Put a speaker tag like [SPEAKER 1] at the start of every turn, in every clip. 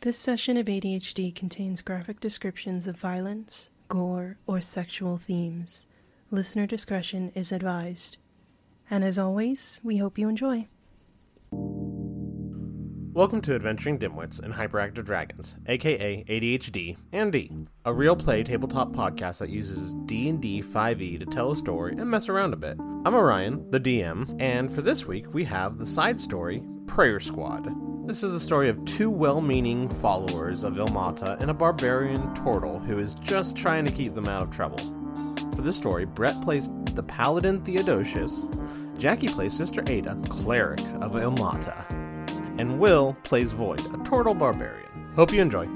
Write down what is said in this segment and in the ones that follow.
[SPEAKER 1] This session of ADHD contains graphic descriptions of violence, gore, or sexual themes. Listener discretion is advised. And as always, we hope you enjoy.
[SPEAKER 2] Welcome to Adventuring Dimwits and Hyperactive Dragons, aka ADHD and D, a real play tabletop podcast that uses D&D 5e E to tell a story and mess around a bit. I'm Orion, the DM, and for this week we have the side story Prayer Squad. This is the story of two well-meaning followers of Ilmata and a barbarian turtle who is just trying to keep them out of trouble. For this story, Brett plays the paladin Theodosius, Jackie plays Sister Ada, cleric of Ilmata, and Will plays Void, a turtle barbarian. Hope you enjoy.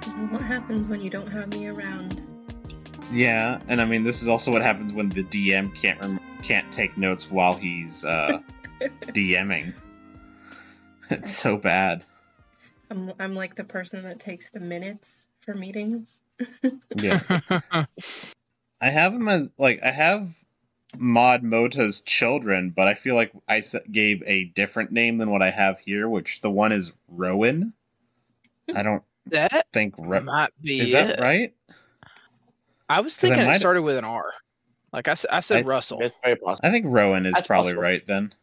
[SPEAKER 3] This is what happens when you don't have me around.
[SPEAKER 4] Yeah, and I mean this is also what happens when the DM can't rem- can't take notes while he's uh, DMing. It's so bad.
[SPEAKER 3] I'm I'm like the person that takes the minutes for meetings.
[SPEAKER 4] Yeah, I have him as like I have Mod Mota's children, but I feel like I s- gave a different name than what I have here, which the one is Rowan. I don't
[SPEAKER 5] That
[SPEAKER 4] think Ro-
[SPEAKER 5] might be
[SPEAKER 4] is
[SPEAKER 5] it.
[SPEAKER 4] that right?
[SPEAKER 5] I was
[SPEAKER 4] 'Cause I
[SPEAKER 5] thinking
[SPEAKER 4] might-
[SPEAKER 5] it started with an R. Like I, s- I said,
[SPEAKER 4] I-
[SPEAKER 5] Russell.
[SPEAKER 6] It's very possible.
[SPEAKER 4] I think Rowan is
[SPEAKER 6] That's
[SPEAKER 4] probably
[SPEAKER 6] possible.
[SPEAKER 4] right then.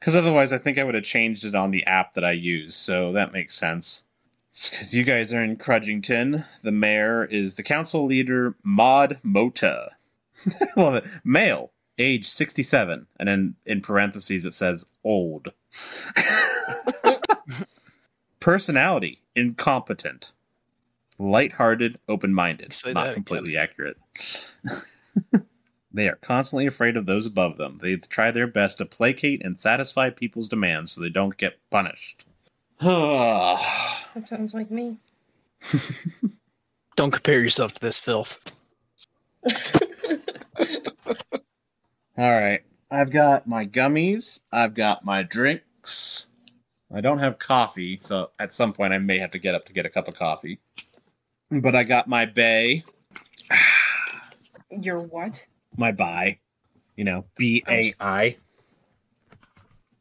[SPEAKER 4] Because otherwise, I think I would have changed it on the app that I use, so that makes sense. Because you guys are in Crudgington. The mayor is the council leader, Maud Mota. I love it. Male, age 67. And then in parentheses, it says old. Personality, incompetent. Lighthearted, open minded.
[SPEAKER 5] Say that
[SPEAKER 4] Not
[SPEAKER 5] again.
[SPEAKER 4] completely accurate. They are constantly afraid of those above them. They try their best to placate and satisfy people's demands so they don't get punished. Ugh.
[SPEAKER 3] That sounds like me.
[SPEAKER 5] Don't compare yourself to this filth.
[SPEAKER 4] All right. I've got my gummies. I've got my drinks. I don't have coffee, so at some point I may have to get up to get a cup of coffee. But I got my bay,
[SPEAKER 3] You're what?
[SPEAKER 4] my buy, you know, B A I,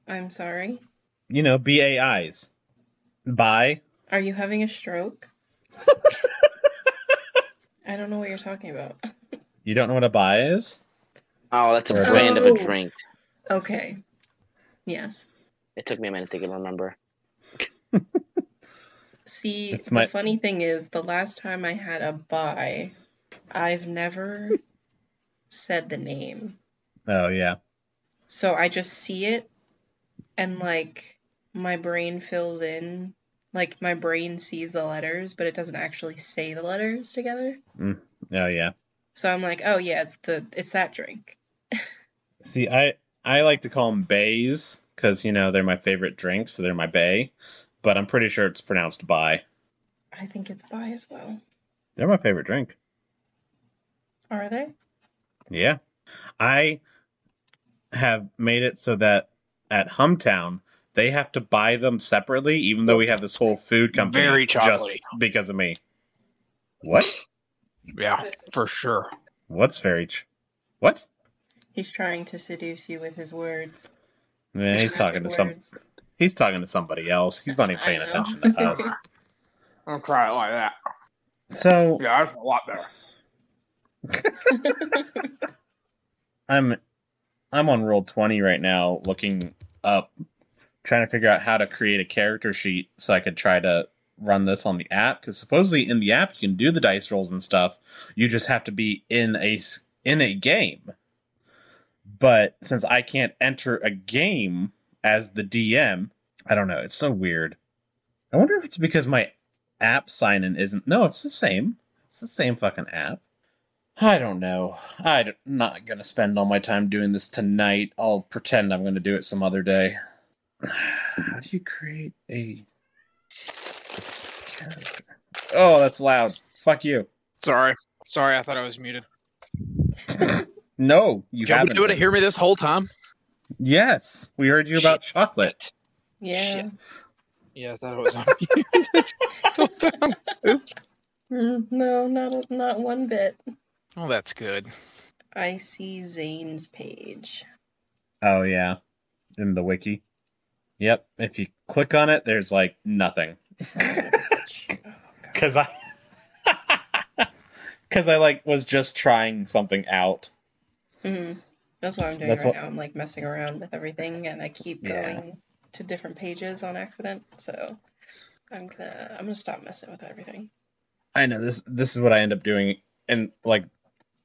[SPEAKER 3] I'm sorry.
[SPEAKER 4] you know, B A I's. Buy.
[SPEAKER 3] Are you having a stroke? I don't know what you're talking about.
[SPEAKER 4] You don't know what a buy is?
[SPEAKER 6] Oh, that's a
[SPEAKER 4] Or-
[SPEAKER 6] brand of a
[SPEAKER 3] Oh.
[SPEAKER 6] drink.
[SPEAKER 3] Okay. Yes.
[SPEAKER 6] It took me a minute to get remember.
[SPEAKER 3] See,
[SPEAKER 4] It's my-
[SPEAKER 3] the funny thing is, the last time I had a buy, I've never said the name.
[SPEAKER 4] Oh, yeah.
[SPEAKER 3] So I just see it and like my brain fills in. Like my brain sees the letters, but it doesn't actually say the letters together.
[SPEAKER 4] Oh, yeah.
[SPEAKER 3] So I'm like, oh yeah, it's the it's that drink.
[SPEAKER 4] See, I I like to call them bays because you know they're my favorite drink, so they're my bay. But I'm pretty sure it's pronounced by.
[SPEAKER 3] I think it's by as well.
[SPEAKER 4] They're my favorite drink.
[SPEAKER 3] Are they?
[SPEAKER 4] Yeah, I have made it so that at Humtown they have to buy them separately, even though we have this whole food company
[SPEAKER 5] Very
[SPEAKER 4] just
[SPEAKER 5] chocolatey.
[SPEAKER 4] because of me. What?
[SPEAKER 5] Yeah, for sure.
[SPEAKER 4] What's very? Ch- what?
[SPEAKER 3] He's trying to seduce you with his words.
[SPEAKER 4] Eh, he's talking to some.
[SPEAKER 3] Words.
[SPEAKER 4] He's talking to somebody else. He's not even
[SPEAKER 3] I
[SPEAKER 4] paying
[SPEAKER 3] know.
[SPEAKER 4] attention to us.
[SPEAKER 5] I'll try it like that.
[SPEAKER 4] So
[SPEAKER 5] Yeah, that's a lot better.
[SPEAKER 4] I'm I'm on roll 20 right now looking up trying to figure out how to create a character sheet so I could try to run this on the app cuz supposedly in the app you can do the dice rolls and stuff you just have to be in a s- in a game but since I can't enter a game as the DM I don't know it's so weird I wonder if it's because my app sign in isn't no it's the same it's the same fucking app I don't know. I'm not going to spend all my time doing this tonight. I'll pretend I'm going to do it some other day. How do you create a character? Oh, that's loud. Fuck you.
[SPEAKER 5] Sorry, sorry. I thought I was muted.
[SPEAKER 4] No, you
[SPEAKER 5] You Y'all been
[SPEAKER 4] haven't.
[SPEAKER 5] able to hear me this whole time?
[SPEAKER 4] Yes, we heard you about chocolate.
[SPEAKER 3] Yeah.
[SPEAKER 5] Shit. Yeah, I thought I was on mute this whole time. Oops.
[SPEAKER 3] Mm, No, not not one bit.
[SPEAKER 5] Oh, that's good.
[SPEAKER 3] I see Zane's page.
[SPEAKER 4] Oh yeah, in the wiki. Yep. If you click on it, there's like nothing. Cause I Cause I like was just trying something out.
[SPEAKER 3] hmm That's what I'm doing
[SPEAKER 4] That's
[SPEAKER 3] right
[SPEAKER 4] what-
[SPEAKER 3] now. I'm like messing around with everything, and I keep
[SPEAKER 4] Yeah.
[SPEAKER 3] going to different pages on accident. So I'm gonna I'm gonna stop messing with everything.
[SPEAKER 4] I know this this is what I end up doing and like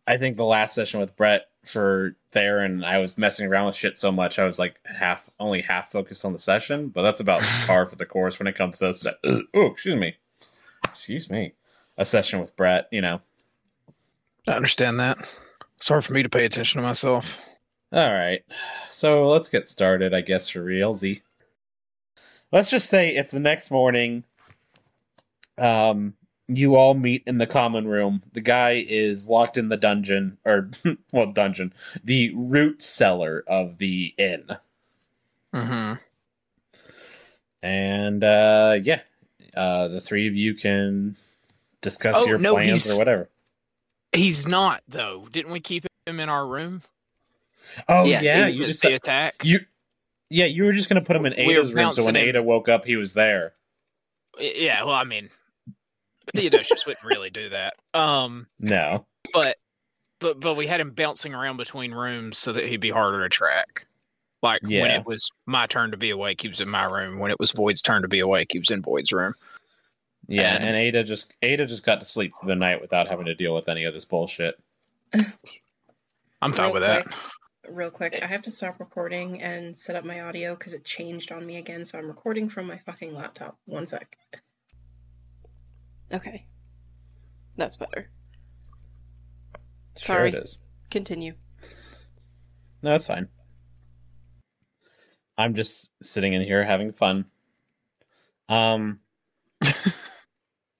[SPEAKER 4] I think the last session with Brett for Theron, I was messing around with shit so much I was like half only half focused on the session, but that's about par for the course when it comes to se- oh, excuse me. Excuse me. A session with Brett, you know.
[SPEAKER 5] I understand that. It's hard for me to pay attention to myself.
[SPEAKER 4] All right. So let's get started, I guess, for realsy. Let's just say it's the next morning. Um, you all meet in the common room. The guy is locked in the dungeon, or, well, dungeon, the root cellar of the inn.
[SPEAKER 5] Mm-hmm.
[SPEAKER 4] And, uh, yeah, uh, the three of you can discuss
[SPEAKER 5] Oh,
[SPEAKER 4] your
[SPEAKER 5] no,
[SPEAKER 4] plans
[SPEAKER 5] he's-
[SPEAKER 4] or whatever.
[SPEAKER 5] He's not though. Didn't we keep him in our room?
[SPEAKER 4] Oh,
[SPEAKER 6] Yeah,
[SPEAKER 4] yeah,
[SPEAKER 5] He
[SPEAKER 4] you
[SPEAKER 5] missed
[SPEAKER 4] just,
[SPEAKER 5] the attack.
[SPEAKER 4] you, yeah, you were just going to put him in
[SPEAKER 5] We were
[SPEAKER 4] Ada's room, so when
[SPEAKER 5] bouncing him.
[SPEAKER 4] Ada woke up, he was there.
[SPEAKER 5] Yeah. Well, I mean, Theodosius wouldn't really do that. Um,
[SPEAKER 4] No.
[SPEAKER 5] but but but we had him bouncing around between rooms so that he'd be harder to track. Like when
[SPEAKER 4] Yeah.
[SPEAKER 5] it was my turn to be awake, he was in my room. When it was Void's turn to be awake, he was in Void's room.
[SPEAKER 4] Yeah,
[SPEAKER 5] And-
[SPEAKER 4] and, Ada just Ada just got to sleep for the night without having to deal with any of this bullshit.
[SPEAKER 5] I'm fine
[SPEAKER 3] Real
[SPEAKER 5] with that.
[SPEAKER 3] Real quick, I have to stop recording and set up my audio because it changed on me again. So I'm recording from my fucking laptop. One sec.
[SPEAKER 1] Okay. That's better.
[SPEAKER 4] Sure
[SPEAKER 1] Sorry.
[SPEAKER 4] it is.
[SPEAKER 1] Continue.
[SPEAKER 4] No, it's fine. I'm just sitting in here having fun. Um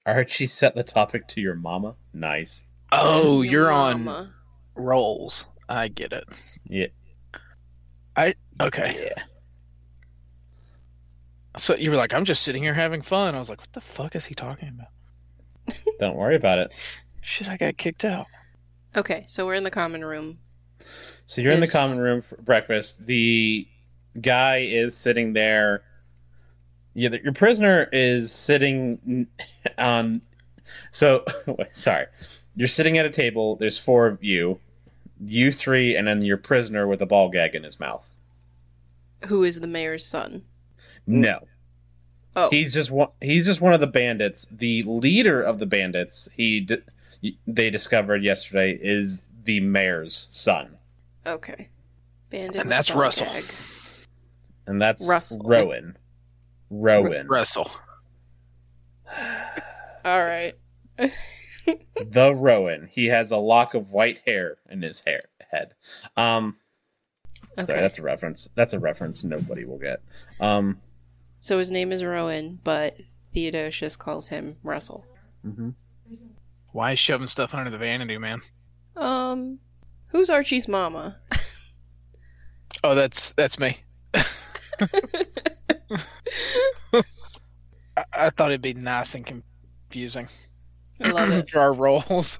[SPEAKER 4] Archie set the topic to your mama. Nice.
[SPEAKER 5] Oh, you're on rolls. I get it.
[SPEAKER 4] Yeah.
[SPEAKER 5] Okay.
[SPEAKER 4] Yeah.
[SPEAKER 5] So you were like, I'm just sitting here having fun. I was like, what the fuck is he talking about?
[SPEAKER 4] Don't worry about it.
[SPEAKER 5] Shit, I got kicked out.
[SPEAKER 1] Okay, so we're in the common room.
[SPEAKER 4] So you're in the
[SPEAKER 1] This-
[SPEAKER 4] common room for breakfast. The guy is sitting there. Yeah, the- your prisoner is sitting on. So wait, sorry, you're sitting at a table. There's four of you, you three, and then your prisoner with a ball gag in his mouth.
[SPEAKER 1] Who is the mayor's son?
[SPEAKER 4] No,
[SPEAKER 1] Oh,
[SPEAKER 4] he's just one. He's just one of the bandits. The leader of the bandits. He d- they discovered yesterday is the mayor's son,
[SPEAKER 1] okay. Bandit.
[SPEAKER 5] And
[SPEAKER 1] with
[SPEAKER 5] that's
[SPEAKER 1] ball
[SPEAKER 5] Russell.
[SPEAKER 1] gag.
[SPEAKER 4] and that's
[SPEAKER 1] Russell.
[SPEAKER 4] Rowan. Rowan.
[SPEAKER 5] Russell.
[SPEAKER 1] All right.
[SPEAKER 4] the Rowan. He has a lock of white hair in his hair head. Um,
[SPEAKER 1] Okay.
[SPEAKER 4] sorry, that's a reference. That's a reference nobody will get. Um,
[SPEAKER 1] So his name is Rowan, but Theodosius calls him Russell.
[SPEAKER 5] Why is shoving stuff under the vanity, man?
[SPEAKER 1] Um, who's Archie's mama?
[SPEAKER 5] Oh, that's that's me. I, I thought it'd be nice and confusing
[SPEAKER 1] I love it.
[SPEAKER 5] for our roles.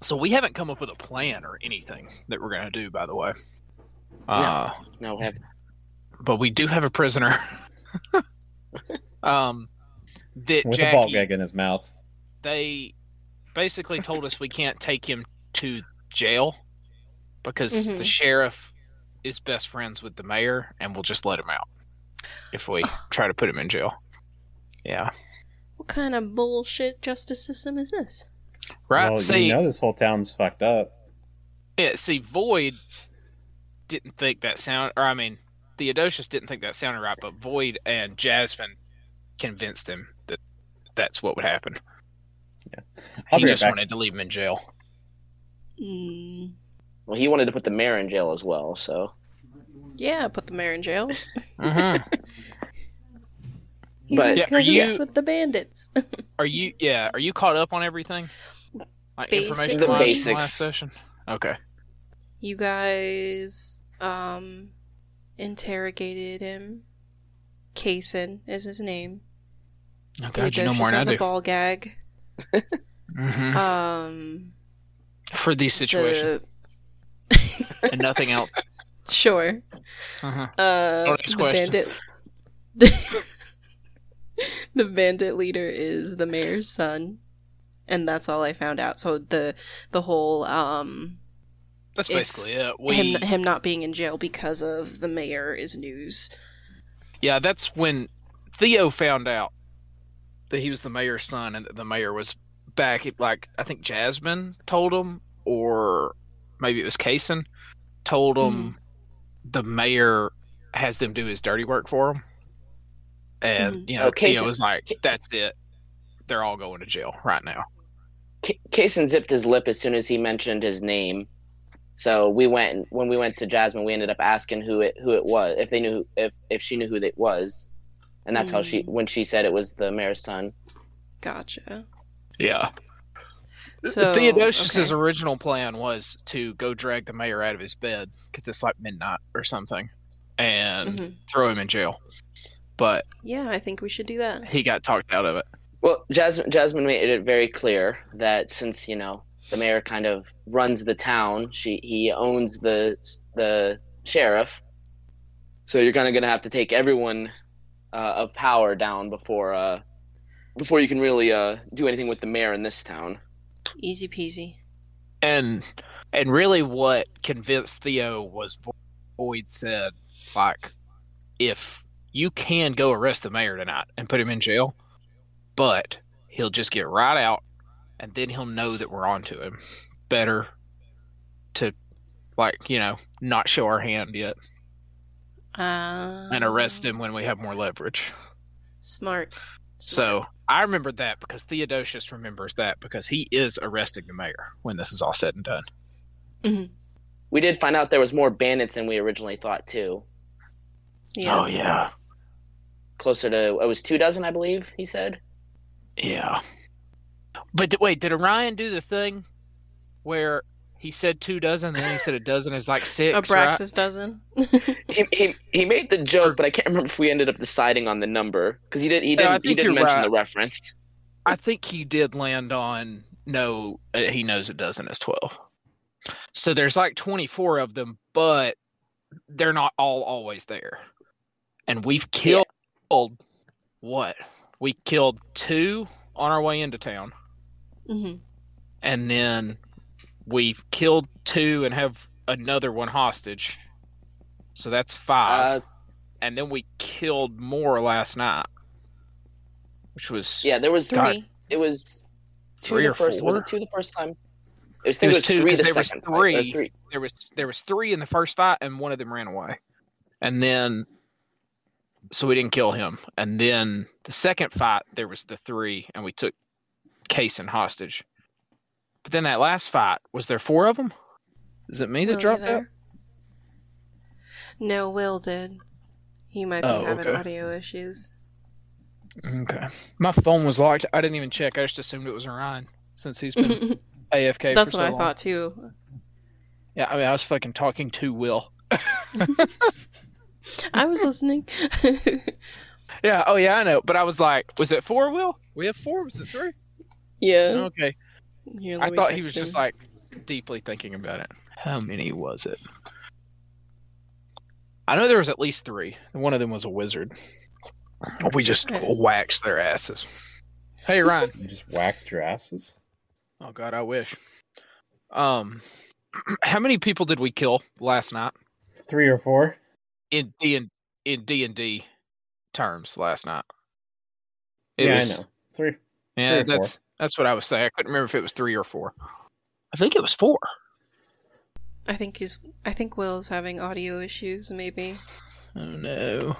[SPEAKER 5] so we haven't come up with a plan or anything that we're gonna do, by the way. Uh,
[SPEAKER 6] No, we have
[SPEAKER 5] but we do have a prisoner. um, that
[SPEAKER 4] with a
[SPEAKER 5] Jackie,
[SPEAKER 4] ball gag in his mouth.
[SPEAKER 5] they basically told us we can't take him to jail because
[SPEAKER 1] Mhm.
[SPEAKER 5] the sheriff is best friends with the mayor and we'll just let him out if we try to put him in jail. Yeah.
[SPEAKER 1] What kind of bullshit justice system is this?
[SPEAKER 5] Right.
[SPEAKER 4] Well,
[SPEAKER 5] see,
[SPEAKER 4] you know this whole town's fucked up.
[SPEAKER 5] yeah, see, Void didn't think that sound, or I mean, Theodosius didn't think that sounded right, but Void and Jasmine convinced him that that's what would happen.
[SPEAKER 4] I'll
[SPEAKER 5] he
[SPEAKER 4] be right
[SPEAKER 5] just
[SPEAKER 4] back.
[SPEAKER 5] wanted to leave him in jail.
[SPEAKER 1] Mm,
[SPEAKER 6] well he wanted to put the mayor in jail as well, so
[SPEAKER 1] yeah, put the mayor in jail.
[SPEAKER 5] Mm-hmm.
[SPEAKER 1] He's
[SPEAKER 6] But-
[SPEAKER 1] in
[SPEAKER 5] Yeah, are
[SPEAKER 1] cahoots
[SPEAKER 5] you-
[SPEAKER 1] with the bandits.
[SPEAKER 5] Are you yeah, are you caught up on everything? Like information
[SPEAKER 1] Basically.
[SPEAKER 5] wise
[SPEAKER 1] The
[SPEAKER 5] from last
[SPEAKER 6] basics.
[SPEAKER 5] session? Okay.
[SPEAKER 1] you guys, um, interrogated him. Kaysen is his name.
[SPEAKER 5] Oh god, you know more
[SPEAKER 1] Theodosius
[SPEAKER 5] than I
[SPEAKER 1] has
[SPEAKER 5] do.
[SPEAKER 1] a ball gag.
[SPEAKER 5] Mhm.
[SPEAKER 1] Um,
[SPEAKER 5] For these situations
[SPEAKER 1] the
[SPEAKER 5] and nothing else.
[SPEAKER 7] Sure.
[SPEAKER 5] Uh-huh.
[SPEAKER 7] Uh,
[SPEAKER 5] Don't ask
[SPEAKER 7] the bandit. the bandit leader is the mayor's son, and that's all I found out. So the the whole um
[SPEAKER 5] That's
[SPEAKER 7] If
[SPEAKER 5] basically it. We,
[SPEAKER 7] him him not being in jail because of the mayor is news.
[SPEAKER 5] yeah, that's when Theo found out that he was the mayor's son and that the mayor was back. It, like I think Jasmine told him, or maybe it was Kaysen told him the mayor has them do his dirty work for him, and
[SPEAKER 7] Mhm.
[SPEAKER 5] you know
[SPEAKER 6] Oh,
[SPEAKER 5] Theo
[SPEAKER 6] Kaysen-
[SPEAKER 5] was like, "That's it. They're all going to jail right now."
[SPEAKER 6] K- Kaysen zipped his lip as soon as he mentioned his name. So we went when we went to Jasmine, we ended up asking who it who it was, if they knew if if she knew who it was, and that's how she
[SPEAKER 7] Mm.
[SPEAKER 6] when she said it was the mayor's son.
[SPEAKER 7] Gotcha.
[SPEAKER 5] Yeah.
[SPEAKER 7] So,
[SPEAKER 5] Theodosius's
[SPEAKER 7] okay.
[SPEAKER 5] original plan was to go drag the mayor out of his bed because it's like midnight or something, and
[SPEAKER 7] Mhm.
[SPEAKER 5] throw him in jail. But
[SPEAKER 7] Yeah, I think we should do that.
[SPEAKER 5] he got talked out of it.
[SPEAKER 6] Well, Jasmine Jasmine made it very clear that since you know the mayor kind of runs the town, she he owns the the sheriff. So you're kind of gonna have to take everyone uh, of power down before uh, before you can really uh, do anything with the mayor in this town.
[SPEAKER 7] Easy peasy.
[SPEAKER 5] And and really, what convinced Theo was Vo- Void said, like, if you can go arrest the mayor tonight and put him in jail, but he'll just get right out, and then he'll know that we're onto him. Better to, like, you know, not show our hand yet.
[SPEAKER 7] Uh,
[SPEAKER 5] and arrest him when we have more leverage.
[SPEAKER 7] Smart.
[SPEAKER 5] So I remembered that because Theodosius remembers that because he is arresting the mayor when this is all said and done.
[SPEAKER 6] We did find out there was more bandits than we originally thought too.
[SPEAKER 7] Yeah.
[SPEAKER 5] Oh, yeah,
[SPEAKER 6] Closer to it was two dozen, I believe he said.
[SPEAKER 5] yeah. But d- wait, did Orion do the thing where he said two dozen, and then he said a dozen is like six? right?
[SPEAKER 7] Abraxas doesn't.
[SPEAKER 6] He, he, he made the joke, but I can't remember if we ended up deciding on the number because he did he
[SPEAKER 5] No, I
[SPEAKER 6] didn't he
[SPEAKER 5] think
[SPEAKER 6] didn't
[SPEAKER 5] you're
[SPEAKER 6] mention the reference.
[SPEAKER 5] I think he did land on no. uh, He knows a dozen is twelve. So there's like twenty four of them, but they're not all always there. And we've killed what? We killed two on our way into town,
[SPEAKER 6] Mm-hmm.
[SPEAKER 7] hmm
[SPEAKER 5] and then we've killed two and have another one hostage. So that's
[SPEAKER 6] Uh,
[SPEAKER 5] five. and then we killed more last night, which was
[SPEAKER 6] yeah, there was
[SPEAKER 7] Three.
[SPEAKER 6] it was two
[SPEAKER 5] Three
[SPEAKER 6] the
[SPEAKER 5] or
[SPEAKER 6] first, Was
[SPEAKER 5] four?
[SPEAKER 6] it two the first time? It
[SPEAKER 5] It
[SPEAKER 6] was, I think
[SPEAKER 5] was
[SPEAKER 6] it
[SPEAKER 5] two,
[SPEAKER 6] three
[SPEAKER 5] 'cause
[SPEAKER 6] the
[SPEAKER 5] there was
[SPEAKER 6] second fight, or
[SPEAKER 5] three. there was there was three in the first fight and one of them ran away and then so we didn't kill him and then the second fight there was the three and we took case and hostage but then that last fight was there four of them is it me that
[SPEAKER 7] Will, you
[SPEAKER 5] dropped out
[SPEAKER 7] there? No, Will did. He might be
[SPEAKER 5] Oh,
[SPEAKER 7] having
[SPEAKER 5] okay.
[SPEAKER 7] audio issues.
[SPEAKER 5] okay my phone was locked i didn't even check i just assumed it was orion since he's been
[SPEAKER 7] That's
[SPEAKER 5] afk
[SPEAKER 7] what
[SPEAKER 5] for so
[SPEAKER 7] I
[SPEAKER 5] long.
[SPEAKER 7] thought too.
[SPEAKER 5] yeah i mean i was fucking talking to will
[SPEAKER 7] I was listening.
[SPEAKER 5] yeah oh yeah i know but i was like was it four will we have four was it three
[SPEAKER 7] yeah.
[SPEAKER 5] okay
[SPEAKER 7] Here, let
[SPEAKER 5] I
[SPEAKER 7] me
[SPEAKER 5] thought he was
[SPEAKER 7] text
[SPEAKER 5] just
[SPEAKER 7] him.
[SPEAKER 5] like deeply thinking about it. How many was it? I know there was at least three. One of them was a wizard. We just
[SPEAKER 7] Okay.
[SPEAKER 5] waxed their asses. Hey Ryan.
[SPEAKER 4] You just waxed your asses.
[SPEAKER 5] oh God, I wish. Um, how many people did we kill last night
[SPEAKER 4] Three or four.
[SPEAKER 5] in D and in D and D terms last night? It
[SPEAKER 4] yeah,
[SPEAKER 5] was-
[SPEAKER 4] I know. Three. Three
[SPEAKER 5] Yeah,
[SPEAKER 4] or four.
[SPEAKER 5] that's that's what I was saying. I couldn't remember if it was three or four. I think it was four.
[SPEAKER 7] I think he's. I think Will's having audio issues. Maybe.
[SPEAKER 5] Oh no.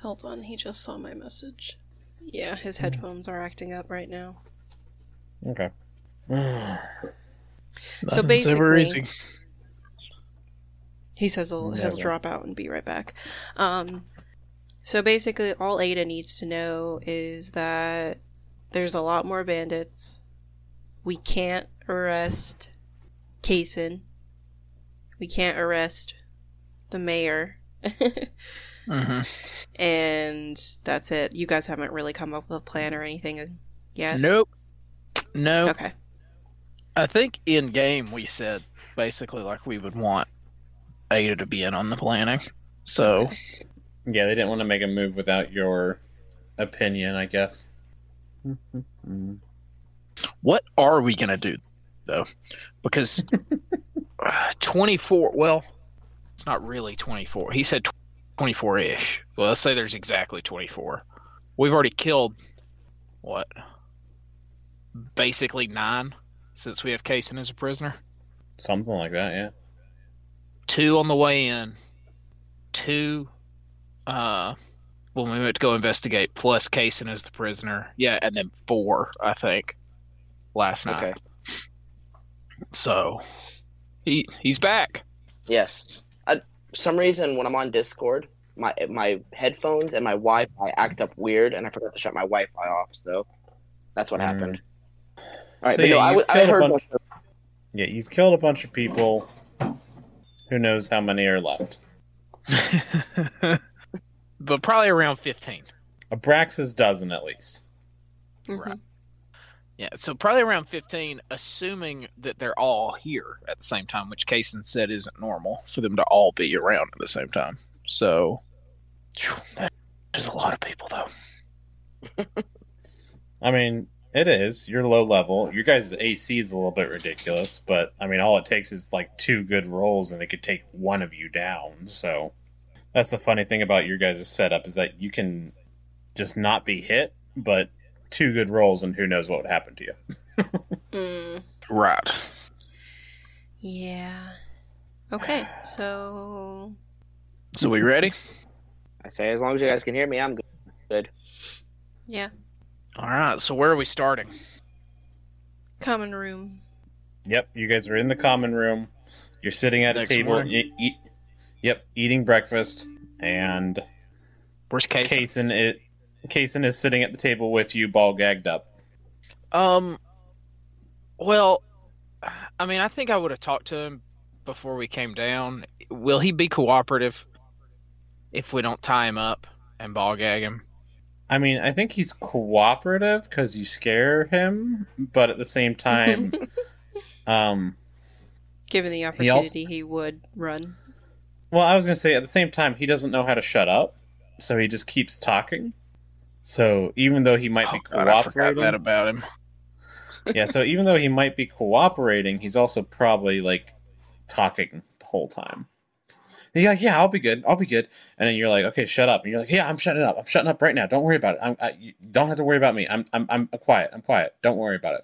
[SPEAKER 7] Hold on. He just saw my message. Yeah, his headphones are acting up right now.
[SPEAKER 4] Okay.
[SPEAKER 7] So
[SPEAKER 5] Nothing's ever
[SPEAKER 7] basically-
[SPEAKER 5] easy.
[SPEAKER 7] He says he'll, he'll
[SPEAKER 4] Never.
[SPEAKER 7] drop out and be right back. Um, so basically, all Ada needs to know is that there's a lot more bandits. We can't arrest Kaysen. We can't arrest the mayor.
[SPEAKER 5] Mhm.
[SPEAKER 7] and that's it. You guys haven't really come up with a plan or anything yet.
[SPEAKER 5] Nope. No.
[SPEAKER 7] Okay.
[SPEAKER 5] I think in game we said basically like we would want Ada to be in on the planning. So
[SPEAKER 4] Yeah, they didn't want to make a move without your opinion, I guess.
[SPEAKER 5] what are we going to do though because uh, 24 well it's not really 24 he said 24-ish well let's say there's exactly 24 we've already killed what basically nine since we have Kaysen as a prisoner
[SPEAKER 4] Something like that, yeah.
[SPEAKER 5] two on the way in two uh when we went to go investigate plus Kaysen as the prisoner yeah and then four i think last night
[SPEAKER 6] Okay.
[SPEAKER 5] So he he's back.
[SPEAKER 6] Yes. I, for some reason, when I'm on Discord, my my headphones and my Wi-Fi act up weird, and I forgot to shut my Wi-Fi off. So that's what
[SPEAKER 4] Mm.
[SPEAKER 6] happened. All right,
[SPEAKER 4] So
[SPEAKER 6] but
[SPEAKER 4] yeah,
[SPEAKER 6] no, I,
[SPEAKER 4] you
[SPEAKER 6] w- I
[SPEAKER 4] killed a
[SPEAKER 6] heard.
[SPEAKER 4] bunch-
[SPEAKER 6] most of-
[SPEAKER 4] Yeah, you've killed a bunch of people. Who knows how many are left?
[SPEAKER 5] but probably around 15.
[SPEAKER 4] Abraxas dozen at least.
[SPEAKER 5] Right. Yeah, so probably around 15 assuming that they're all here at the same time, which Kaysen said isn't normal for them to all be around at the same time. So phew, that is a lot of people though.
[SPEAKER 4] I mean, it is. You're low level. Your guys' AC is a little bit ridiculous, but I mean, all it takes is like two good rolls, and it could take one of you down. So that's the funny thing about your guys' setup is that you can just not be hit, but two good rolls, and who knows what would happen to you.
[SPEAKER 7] Mm,
[SPEAKER 5] Right.
[SPEAKER 7] yeah. Okay, so
[SPEAKER 5] So we ready?
[SPEAKER 6] I say, as long as you guys can hear me, I'm good.
[SPEAKER 7] yeah,
[SPEAKER 5] All right. So where are we starting?
[SPEAKER 7] common room.
[SPEAKER 4] Yep, you guys are in the common room. You're sitting at
[SPEAKER 5] Next
[SPEAKER 4] a table.
[SPEAKER 5] morning.
[SPEAKER 4] e- e- yep, eating breakfast, and
[SPEAKER 5] Where's Kaysen?
[SPEAKER 4] Kason it. Kason is sitting at the table with you, ball gagged up.
[SPEAKER 5] Um. Well, I mean, I think I would have talked to him before we came down. Will he be cooperative if we don't tie him up and ball gag him?
[SPEAKER 4] I mean, I think he's cooperative because you scare him, but at the same time, um,
[SPEAKER 7] Given the
[SPEAKER 4] He also-
[SPEAKER 7] opportunity, he, would run.
[SPEAKER 4] well, I was gonna say at the same time he doesn't know how to shut up, so he just keeps talking. So even though he might be
[SPEAKER 5] Oh,
[SPEAKER 4] cooperating,
[SPEAKER 5] about him.
[SPEAKER 4] yeah, so even though he might be cooperating, he's also probably like talking the whole time. And you're like, yeah, I'll be good, I'll be good, and then you're like, okay, shut up, and you're like, yeah, I'm shutting up, I'm shutting up right now. Don't worry about it. I'm, I, you don't have to worry about me. I'm, I'm, I'm quiet. I'm quiet. Don't worry about it.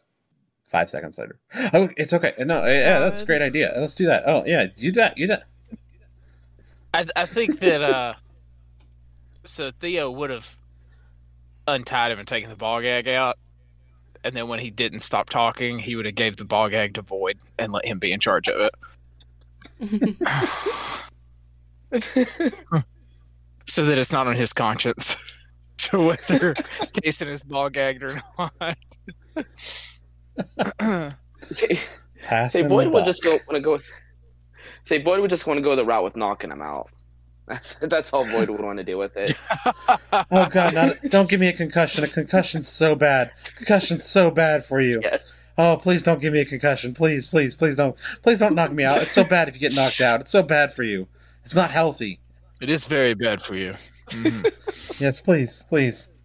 [SPEAKER 4] Five seconds later, oh, it's okay. No, yeah, that's
[SPEAKER 6] Uh,
[SPEAKER 4] a great idea. Let's do that. Oh, yeah, you do that. You do that.
[SPEAKER 5] I I think that uh. so Theo would have untied him and taken the ball gag out, and then when he didn't stop talking, he would have gave the ball gag to Void and let him be in charge of it. so that it's not on his conscience. so whether Jason is ball gagged or not.
[SPEAKER 4] Pass
[SPEAKER 6] say,
[SPEAKER 4] him
[SPEAKER 6] Boyd
[SPEAKER 4] the
[SPEAKER 6] would
[SPEAKER 4] buck.
[SPEAKER 6] just go want to go. With, say, Boyd would just want to go the route with knocking him out. That's that's all Boyd would want to do with it.
[SPEAKER 4] Oh God! Not, don't give me a concussion. A concussion's so bad. Concussion's so bad for you.
[SPEAKER 6] Yes.
[SPEAKER 4] Oh, please don't give me a concussion. Please, please, please don't. Please don't knock me out. It's so bad if you get knocked out. It's so bad for you. It's not healthy.
[SPEAKER 5] it is very bad for you. Mm-hmm.
[SPEAKER 4] Yes, please, please.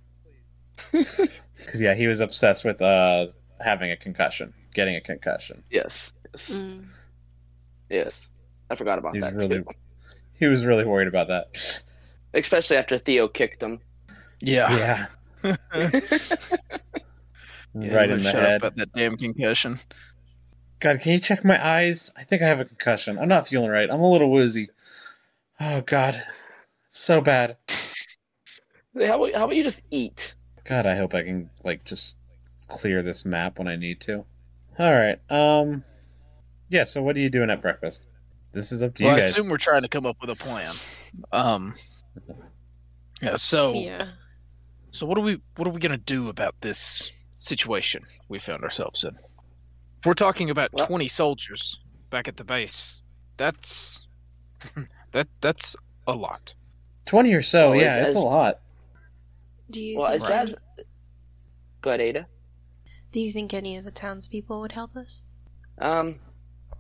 [SPEAKER 4] Because yeah, he was obsessed with uh having a concussion, getting a concussion.
[SPEAKER 6] Yes, yes,
[SPEAKER 7] Mm.
[SPEAKER 6] yes. I forgot about
[SPEAKER 4] He's
[SPEAKER 6] that
[SPEAKER 4] really-
[SPEAKER 6] too.
[SPEAKER 4] He was really worried about that.
[SPEAKER 6] Especially after Theo kicked him.
[SPEAKER 5] Yeah.
[SPEAKER 4] Yeah.
[SPEAKER 5] Yeah,
[SPEAKER 4] right
[SPEAKER 5] you
[SPEAKER 4] in the
[SPEAKER 5] shut up
[SPEAKER 4] head.
[SPEAKER 5] about that damn concussion.
[SPEAKER 4] God, can you check my eyes? I think I have a concussion. I'm not feeling right. I'm a little woozy. Oh God, it's so bad.
[SPEAKER 6] Say, How about, how about you just eat?
[SPEAKER 4] God, I hope I can like just clear this map when I need to. All right. Um. Yeah. So, what are you doing at breakfast? This is up to
[SPEAKER 5] Well, I
[SPEAKER 4] you guys.
[SPEAKER 5] assume we're trying to come up with a plan. Um. Yeah. So,
[SPEAKER 7] Oh. Yeah.
[SPEAKER 5] so what are we? What are we gonna do about this situation we found ourselves in? If we're talking about
[SPEAKER 6] Well-
[SPEAKER 5] twenty soldiers back at the base, that's that that's a lot.
[SPEAKER 4] Twenty or so.
[SPEAKER 6] Well,
[SPEAKER 4] yeah,
[SPEAKER 6] as-
[SPEAKER 4] it's a
[SPEAKER 6] as-
[SPEAKER 4] lot.
[SPEAKER 7] Do you
[SPEAKER 6] Well, as
[SPEAKER 7] think
[SPEAKER 6] Jazz.
[SPEAKER 7] any-
[SPEAKER 6] Go ahead, Ada.
[SPEAKER 7] do you think any of the townspeople would help us?
[SPEAKER 6] Um,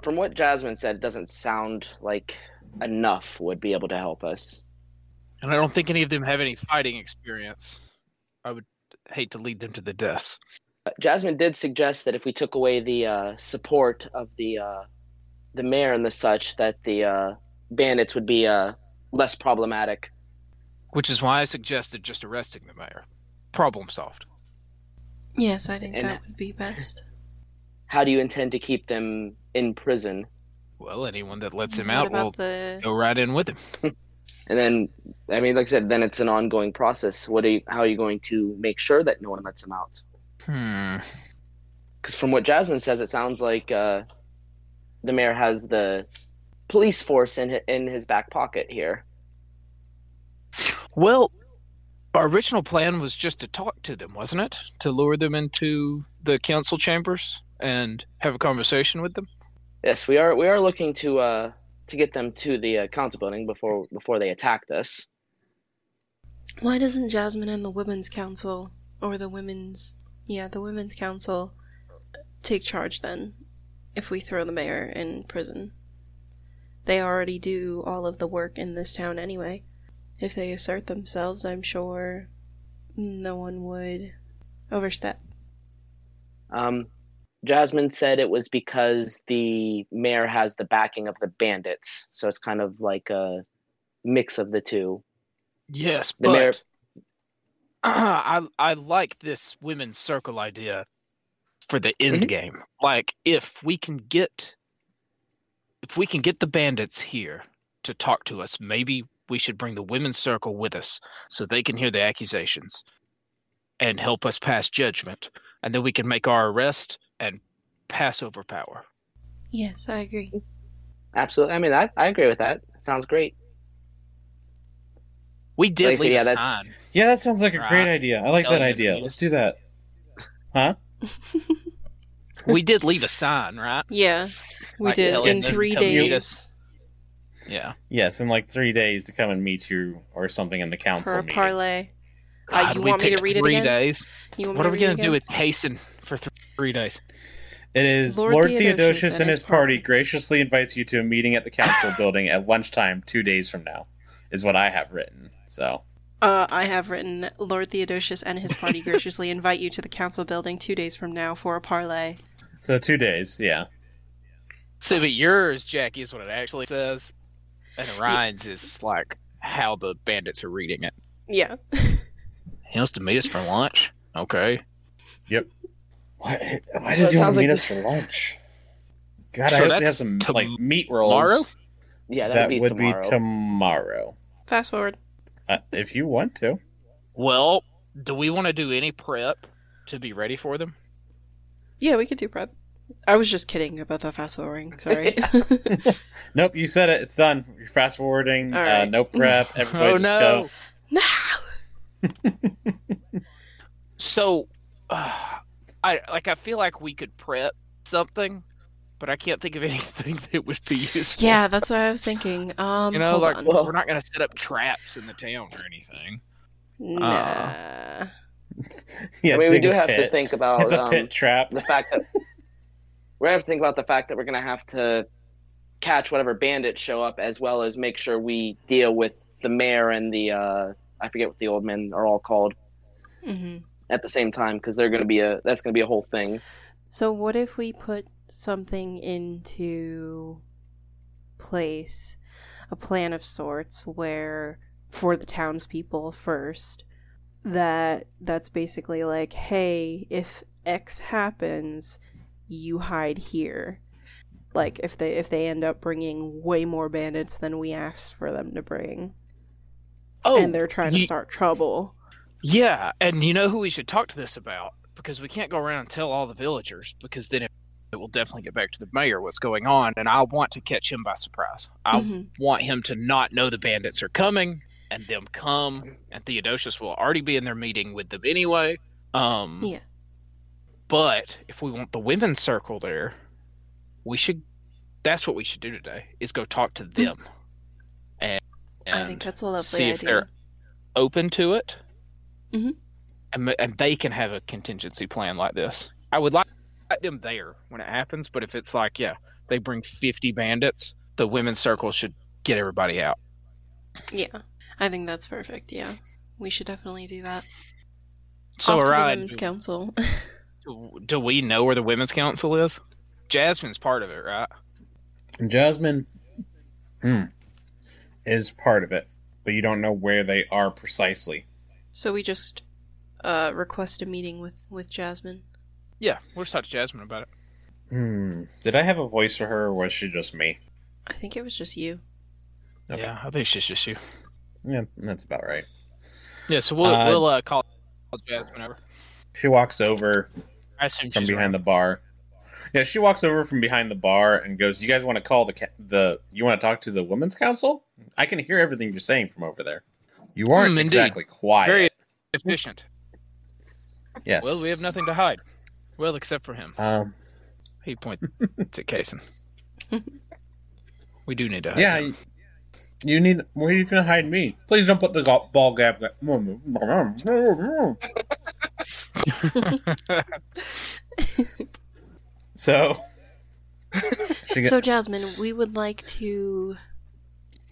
[SPEAKER 6] from what Jasmine said, it doesn't sound like enough would be able to help us.
[SPEAKER 5] And I don't think any of them have any fighting experience. I would hate to lead them to the deaths.
[SPEAKER 6] Uh, Jasmine did suggest that if we took away the uh, support of the uh, the mayor and the such, that the uh, bandits would be uh, less problematic.
[SPEAKER 5] Which is why I suggested just arresting the mayor. Problem solved.
[SPEAKER 7] Yes, I think
[SPEAKER 6] And-
[SPEAKER 7] that would be best.
[SPEAKER 6] How do you intend to keep them in prison?
[SPEAKER 5] Well, anyone that lets him
[SPEAKER 7] Mm, what
[SPEAKER 5] out
[SPEAKER 7] about
[SPEAKER 5] will
[SPEAKER 7] the
[SPEAKER 5] go right in with him.
[SPEAKER 6] And then, I mean, like I said, then it's an ongoing process. What are you, how are you going to make sure that no one lets them out?
[SPEAKER 5] Hmm.
[SPEAKER 6] Because from what Jasmine says, it sounds like uh, the mayor has the police force in hi- in his back pocket here.
[SPEAKER 5] Well, our original plan was just to talk to them, wasn't it? To lure them into the council chambers and have a conversation with them.
[SPEAKER 6] Yes, we are we are looking to uh, to get them to the uh, council building before before they attacked us.
[SPEAKER 7] Why doesn't Jasmine and the women's council or the women's yeah, the women's council take charge then if we throw the mayor in prison? They already do all of the work in this town anyway. If they assert themselves, I'm sure no one would overstep.
[SPEAKER 6] Um, Jasmine said it was because the mayor has the backing of the bandits, so it's kind of like a mix of the two.
[SPEAKER 5] Yes,
[SPEAKER 6] The mayor-
[SPEAKER 5] but I I like this women's circle idea for the end
[SPEAKER 6] Mhm.
[SPEAKER 5] game. Like if we can get if we can get the bandits here to talk to us, maybe we should bring the women's circle with us so they can hear the accusations and help us pass judgment, and then we can make our arrest and pass over power.
[SPEAKER 7] Yes, I agree.
[SPEAKER 6] Absolutely, I mean, I, I agree with that. Sounds great.
[SPEAKER 5] We did
[SPEAKER 6] Like, so
[SPEAKER 5] leave
[SPEAKER 6] yeah,
[SPEAKER 5] a
[SPEAKER 6] that's-
[SPEAKER 5] sign.
[SPEAKER 4] Yeah, that sounds like a
[SPEAKER 5] Right.
[SPEAKER 4] great idea. I like that
[SPEAKER 5] Telling them
[SPEAKER 4] idea.
[SPEAKER 5] to-
[SPEAKER 4] Let's do that.
[SPEAKER 5] We did leave a sign, right?
[SPEAKER 7] Yeah, we
[SPEAKER 5] Like,
[SPEAKER 7] did
[SPEAKER 5] tell
[SPEAKER 7] in
[SPEAKER 5] them to
[SPEAKER 7] three
[SPEAKER 5] come meet
[SPEAKER 7] days
[SPEAKER 5] us Yeah.
[SPEAKER 4] Yes, in like three days to come and meet you or something in the council
[SPEAKER 7] for a
[SPEAKER 4] meeting.
[SPEAKER 7] parlay. Uh,
[SPEAKER 5] God,
[SPEAKER 7] you
[SPEAKER 5] we
[SPEAKER 7] want me to
[SPEAKER 5] picked
[SPEAKER 7] read it
[SPEAKER 5] three
[SPEAKER 7] again?
[SPEAKER 5] days.
[SPEAKER 7] You want me
[SPEAKER 5] What
[SPEAKER 7] to
[SPEAKER 5] are we
[SPEAKER 7] read it
[SPEAKER 5] gonna do
[SPEAKER 7] again?
[SPEAKER 5] with Payson for th- three days?
[SPEAKER 4] It is
[SPEAKER 7] Lord
[SPEAKER 4] Lord,
[SPEAKER 7] Theodosius
[SPEAKER 4] Theodosius and, his party, graciously invites you to a meeting at the council building at lunchtime two days from now, is what I have written. So
[SPEAKER 7] Uh, I have written Lord Theodosius and his party graciously invite you to the council building two days from now for a parley.
[SPEAKER 4] so two days, yeah.
[SPEAKER 5] So, but yours, Jackie, is what it actually says, and Ryan's is like how the bandits are reading it.
[SPEAKER 7] Yeah.
[SPEAKER 5] He wants to meet us for lunch. Okay.
[SPEAKER 4] Why, why
[SPEAKER 6] So it
[SPEAKER 4] does he want
[SPEAKER 6] sounds
[SPEAKER 4] to
[SPEAKER 6] like
[SPEAKER 4] meet
[SPEAKER 6] this-
[SPEAKER 4] us for lunch? God,
[SPEAKER 5] So
[SPEAKER 4] I hope they have
[SPEAKER 5] that's
[SPEAKER 4] some
[SPEAKER 5] tom-
[SPEAKER 4] like meat rolls.
[SPEAKER 5] tomorrow?
[SPEAKER 6] Yeah, that,
[SPEAKER 4] that
[SPEAKER 6] would be tomorrow.
[SPEAKER 4] be tomorrow.
[SPEAKER 7] Fast forward.
[SPEAKER 4] Uh, if you want to.
[SPEAKER 5] Well, do we want to do any prep to be ready for them?
[SPEAKER 7] Yeah, we could do prep. I was just kidding about the fast forwarding. Sorry.
[SPEAKER 4] Nope, you said it. It's done. You're fast forwarding.
[SPEAKER 7] All
[SPEAKER 4] Uh,
[SPEAKER 7] right.
[SPEAKER 4] no prep. Everybody
[SPEAKER 6] Oh,
[SPEAKER 5] Oh,
[SPEAKER 4] just go.
[SPEAKER 7] no.
[SPEAKER 5] So, uh, I like I feel like we could prep something, but I can't think of anything that would be useful.
[SPEAKER 7] Yeah, that's what I was thinking. Um,
[SPEAKER 5] You know,
[SPEAKER 7] hold
[SPEAKER 5] like
[SPEAKER 7] on.
[SPEAKER 5] we're not going to set up traps in the town or anything. Uh,
[SPEAKER 7] nah.
[SPEAKER 4] Yeah,
[SPEAKER 6] I mean, we
[SPEAKER 4] dig
[SPEAKER 6] do
[SPEAKER 4] a
[SPEAKER 6] have to
[SPEAKER 4] pit.
[SPEAKER 6] think about
[SPEAKER 4] It's a
[SPEAKER 6] um,
[SPEAKER 4] pit trap.
[SPEAKER 6] the fact that we have to think about the fact that we're going to have to catch whatever bandits show up, as well as make sure we deal with the mayor and the uh, I forget what the old men are all called
[SPEAKER 7] hmm
[SPEAKER 6] at the same time because they're going to be a that's going to be a whole thing.
[SPEAKER 7] So, what if we put something into place, a plan of sorts, where for the townspeople first, that that's basically like, hey, if X happens, you hide here. Like if they if they end up bringing way more bandits than we asked for them to bring,
[SPEAKER 5] Oh,
[SPEAKER 7] and they're trying to
[SPEAKER 5] ye-
[SPEAKER 7] start trouble.
[SPEAKER 5] Yeah, and you know who we should talk to this about because we can't go around and tell all the villagers because then it, it will definitely get back to the mayor what's going on, and I want to catch him by surprise. I
[SPEAKER 7] Mhm.
[SPEAKER 5] want him to not know the bandits are coming and them come, and Theodosius will already be in their meeting with them anyway. Um,
[SPEAKER 7] Yeah.
[SPEAKER 5] But if we want the women's circle there, we should. That's what we should do today: is go talk to them, and,
[SPEAKER 7] Mm-hmm. I think
[SPEAKER 5] and
[SPEAKER 7] that's a lovely
[SPEAKER 5] see
[SPEAKER 7] idea.
[SPEAKER 5] if they're open to it,
[SPEAKER 7] Mhm.
[SPEAKER 5] and and they can have a contingency plan like this. I would like like them there when it happens, but if it's like, yeah, they bring fifty bandits, the women's circle should get everybody out.
[SPEAKER 7] Yeah. I think that's perfect. Yeah. We should definitely do that.
[SPEAKER 5] So
[SPEAKER 7] Off to the
[SPEAKER 5] Orion,
[SPEAKER 7] Women's Council.
[SPEAKER 5] do- do we know where the women's council is? Jasmine's part of it, right?
[SPEAKER 4] Jasmine hmm, is part of it, but you don't know where they are precisely.
[SPEAKER 7] so we just uh, request a meeting with, with Jasmine.
[SPEAKER 5] Yeah, we'll just talk to Jasmine about it.
[SPEAKER 4] Hmm. Did I have a voice for her, or was she just me?
[SPEAKER 7] I think it was just you.
[SPEAKER 4] Okay.
[SPEAKER 5] Yeah, I think she's just you.
[SPEAKER 4] Yeah, that's about right.
[SPEAKER 5] Yeah, so we'll
[SPEAKER 4] Uh,
[SPEAKER 5] we'll uh, call call Jasmine over.
[SPEAKER 4] She walks over
[SPEAKER 5] I assume
[SPEAKER 4] from
[SPEAKER 5] she's
[SPEAKER 4] behind
[SPEAKER 5] around.
[SPEAKER 4] the bar. Yeah, she walks over from behind the bar and goes, "You guys want to call the ca- the you want to talk to the women's council? I can hear everything you're saying from over there. You aren't
[SPEAKER 5] Hmm, indeed.
[SPEAKER 4] exactly quiet.
[SPEAKER 5] very efficient.
[SPEAKER 4] yes.
[SPEAKER 5] Well, we have nothing to hide. Well, except for him.
[SPEAKER 4] Um,
[SPEAKER 5] He points to Kason. we do need to. hide
[SPEAKER 4] yeah,
[SPEAKER 5] him.
[SPEAKER 4] you, you need. Where are you gonna hide me? Please don't put the go- ball gap. so she
[SPEAKER 7] So, Jasmine, we would like to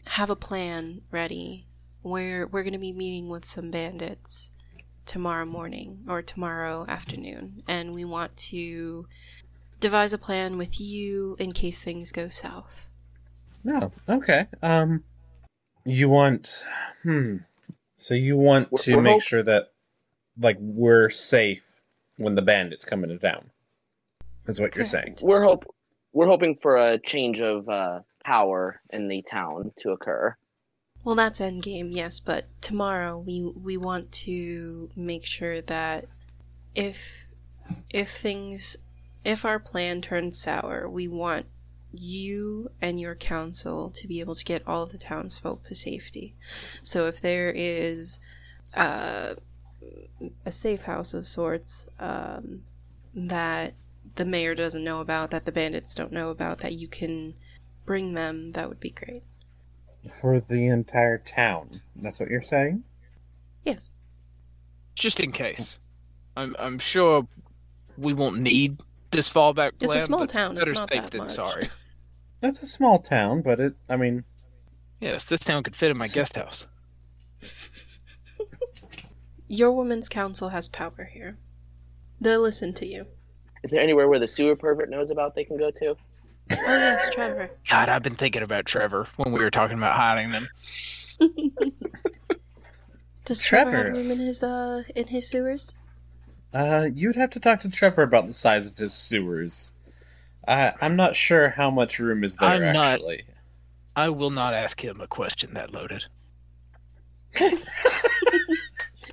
[SPEAKER 7] have a plan ready. We're, we're going to be meeting with some bandits tomorrow morning or tomorrow afternoon, and we want to devise a plan with you in case things go south.
[SPEAKER 4] No. Okay. Um, you want? Hmm. So you want
[SPEAKER 6] We're-
[SPEAKER 4] to
[SPEAKER 6] we're
[SPEAKER 4] make
[SPEAKER 6] hope-
[SPEAKER 4] sure that, like, we're safe when the bandits come into town. Is what you're saying?
[SPEAKER 7] Correct.
[SPEAKER 6] We're hope we're hoping for a change of uh, power in the town to occur.
[SPEAKER 7] Well, that's endgame, yes, but tomorrow we we want to make sure that if if things if our plan turns sour, we want you and your council to be able to get all of the townsfolk to safety. So if there is uh, a safe house of sorts um, that the mayor doesn't know about, that the bandits don't know about, that you can bring them, that would be great.
[SPEAKER 4] For the entire town. That's what you're saying.
[SPEAKER 7] Yes.
[SPEAKER 5] just in case. I'm I'm sure we won't need this fallback
[SPEAKER 7] It's a
[SPEAKER 5] plan,
[SPEAKER 7] small
[SPEAKER 5] but
[SPEAKER 7] town, it's
[SPEAKER 5] Better
[SPEAKER 7] not
[SPEAKER 5] safe
[SPEAKER 7] that
[SPEAKER 5] than
[SPEAKER 7] much.
[SPEAKER 5] sorry.
[SPEAKER 4] That's a small town, but it. I mean,
[SPEAKER 5] Yes, this town could fit in my guest house.
[SPEAKER 7] Your women's council has power here. They'll listen to you.
[SPEAKER 6] Is there anywhere where the sewer pervert knows about they can go to?
[SPEAKER 7] Oh yes, Trevor.
[SPEAKER 5] God, I've been thinking about Trevor when we were talking about hiding them.
[SPEAKER 7] Does Trevor,
[SPEAKER 4] Trevor.
[SPEAKER 7] have room in his uh in his sewers?
[SPEAKER 4] uh, you'd have to talk to Trevor about the size of his sewers. Uh, I'm not sure how much room is there
[SPEAKER 5] I'm not-
[SPEAKER 4] actually.
[SPEAKER 5] I will not ask him a question that loaded.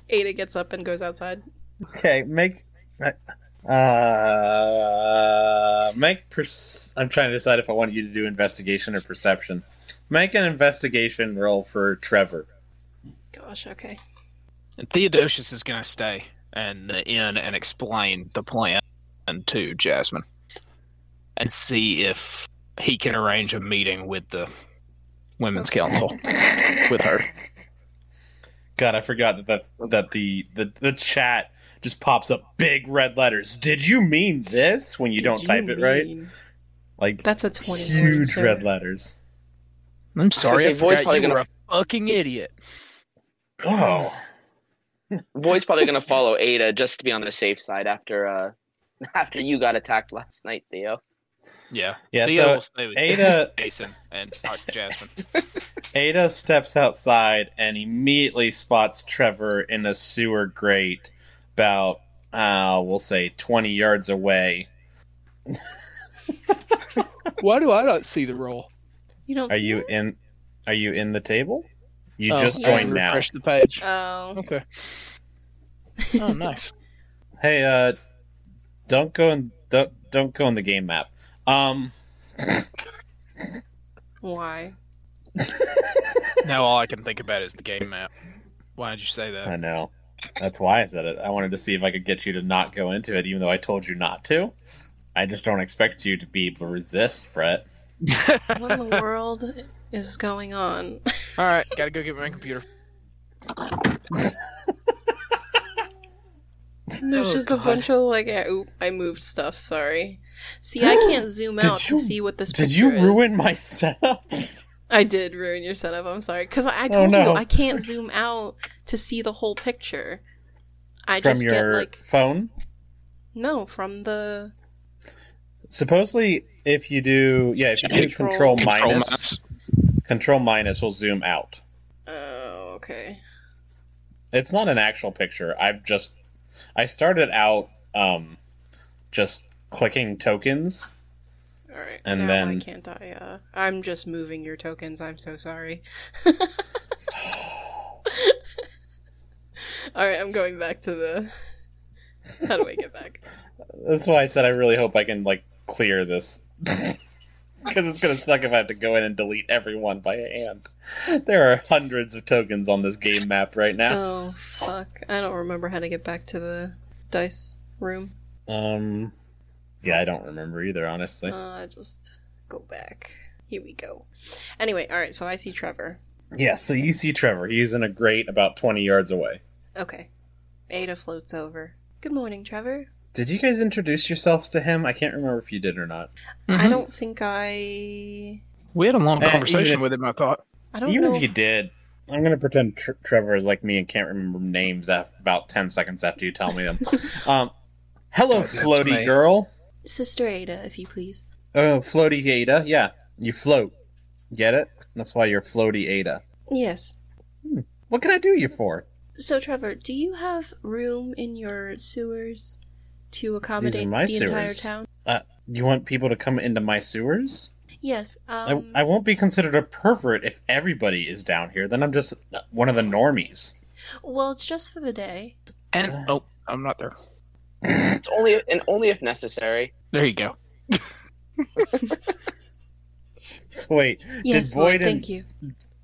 [SPEAKER 7] Ada gets up and goes outside.
[SPEAKER 4] Okay, make uh make per- I'm trying to decide if I want you to do investigation or perception. Make an investigation roll for Trevor.
[SPEAKER 7] Gosh, okay.
[SPEAKER 5] And Theodosius is going to stay in the inn and explain the plan to Jasmine, and see if he can arrange a meeting with the women's
[SPEAKER 7] Okay.
[SPEAKER 5] council with her.
[SPEAKER 4] God, I forgot that that, that the, the the chat just pops up big red letters. Did you mean this when you don't type it right? Like
[SPEAKER 7] That's a twenty.
[SPEAKER 4] huge
[SPEAKER 7] sir.
[SPEAKER 4] red letters.
[SPEAKER 5] I'm sorry, I,
[SPEAKER 6] say, boy's
[SPEAKER 5] forgot
[SPEAKER 6] probably
[SPEAKER 5] you
[SPEAKER 6] gonna-
[SPEAKER 5] were a fucking idiot.
[SPEAKER 4] Oh.
[SPEAKER 6] Boy's probably gonna follow Ada just to be on the safe side after uh after you got attacked last night, Theo.
[SPEAKER 5] Yeah.
[SPEAKER 4] Yeah,
[SPEAKER 5] Theo
[SPEAKER 4] so
[SPEAKER 5] will stay with
[SPEAKER 4] Ada
[SPEAKER 5] Jason and talk to Jasmine.
[SPEAKER 4] Ada steps outside and immediately spots Trevor in a sewer grate about, uh, we'll say, 20 yards away.
[SPEAKER 5] Why do I not see the roll?
[SPEAKER 7] You don't.
[SPEAKER 4] Are
[SPEAKER 7] see
[SPEAKER 4] you
[SPEAKER 7] it?
[SPEAKER 4] in Are you in the table? You
[SPEAKER 5] Oh,
[SPEAKER 4] just
[SPEAKER 7] yeah.
[SPEAKER 4] joined now.
[SPEAKER 5] Refresh the page.
[SPEAKER 7] Oh,
[SPEAKER 5] Okay. Oh, nice.
[SPEAKER 4] Hey, uh don't go in don't, don't go in the game map. Um
[SPEAKER 7] why?
[SPEAKER 5] now all I can think about is the game map. Why did you say
[SPEAKER 4] I
[SPEAKER 5] that?
[SPEAKER 4] know. That's why I said it. I wanted to see if I could get you to not go into it even though I told you not to. I just don't expect you to be able to resist, Brett.
[SPEAKER 7] What in the world is going on?
[SPEAKER 5] all right, gotta go get my computer.
[SPEAKER 7] There's
[SPEAKER 5] Oh,
[SPEAKER 7] just a
[SPEAKER 5] God.
[SPEAKER 7] bunch of like, I, oop, I moved stuff. Sorry. See, I can't zoom
[SPEAKER 4] Did
[SPEAKER 7] out
[SPEAKER 4] you-
[SPEAKER 7] to see what this.
[SPEAKER 4] Did you
[SPEAKER 7] picture is.
[SPEAKER 4] ruin my setup?
[SPEAKER 7] I did ruin your setup. I'm sorry. Because I, I
[SPEAKER 4] Oh,
[SPEAKER 7] told
[SPEAKER 4] no.
[SPEAKER 7] you I can't zoom out to see the whole picture. I
[SPEAKER 4] from
[SPEAKER 7] just get
[SPEAKER 4] your
[SPEAKER 7] like
[SPEAKER 4] phone.
[SPEAKER 7] no from the
[SPEAKER 4] Supposedly, if you do, yeah, if you do
[SPEAKER 7] Control-
[SPEAKER 4] control,
[SPEAKER 5] Control
[SPEAKER 4] minus,
[SPEAKER 5] mouse.
[SPEAKER 4] control minus will zoom out.
[SPEAKER 7] Oh, okay.
[SPEAKER 4] It's not an actual picture. I've just, I started out, um, just clicking tokens.
[SPEAKER 7] All right.
[SPEAKER 4] And
[SPEAKER 7] now I
[SPEAKER 4] then-
[SPEAKER 7] can't I uh I'm just moving your tokens. I'm so sorry. All right, I'm going back to the How do I get back?
[SPEAKER 4] That's why I said I really hope I can like clear this, because it's gonna suck if I have to go in and delete everyone by hand. There are hundreds of tokens on this game map right now.
[SPEAKER 7] Oh, fuck. I don't remember how to get back to the dice room.
[SPEAKER 4] Um, yeah, I don't remember either, honestly.
[SPEAKER 7] Uh just go back. Here we go. Anyway, all right, so I see Trevor.
[SPEAKER 4] Yeah, so you see Trevor. He's in a grate about 20 yards away.
[SPEAKER 7] Okay. Ada floats over. Good morning, Trevor.
[SPEAKER 4] Did you guys introduce yourselves to him? I can't remember if you did or not.
[SPEAKER 7] I
[SPEAKER 4] Mm-hmm.
[SPEAKER 5] Mhm.
[SPEAKER 7] don't think I
[SPEAKER 5] We had a long
[SPEAKER 4] Uh,
[SPEAKER 5] conversation
[SPEAKER 4] even if-
[SPEAKER 5] with him. I thought.
[SPEAKER 7] I don't
[SPEAKER 4] Even
[SPEAKER 7] know
[SPEAKER 4] if you did, I'm going to pretend tr- Trevor is like me and can't remember names af- about 10 seconds after you tell me them. um, hello,
[SPEAKER 5] Oh, That's
[SPEAKER 4] floaty
[SPEAKER 5] me.
[SPEAKER 4] girl.
[SPEAKER 7] Sister Ada, if you please.
[SPEAKER 4] Oh, floaty Ada. Yeah, you float. Get it? That's why you're floaty Ada.
[SPEAKER 7] Yes.
[SPEAKER 4] What can I do you for?
[SPEAKER 7] So, Trevor, do you have room in your sewers to accommodate
[SPEAKER 4] my
[SPEAKER 7] the entire
[SPEAKER 4] sewers.
[SPEAKER 7] town?
[SPEAKER 4] Uh, You want people to come into my sewers?
[SPEAKER 7] Yes.
[SPEAKER 4] I,
[SPEAKER 7] Um,
[SPEAKER 4] I won't be considered a pervert if everybody is down here. Then I'm just one of the normies.
[SPEAKER 7] Well, it's just for the day.
[SPEAKER 5] And oh, I'm not there.
[SPEAKER 6] It's only and only if necessary.
[SPEAKER 5] There you go.
[SPEAKER 4] So wait,
[SPEAKER 7] Yes,
[SPEAKER 4] did Void
[SPEAKER 7] Void,
[SPEAKER 4] and
[SPEAKER 7] thank you.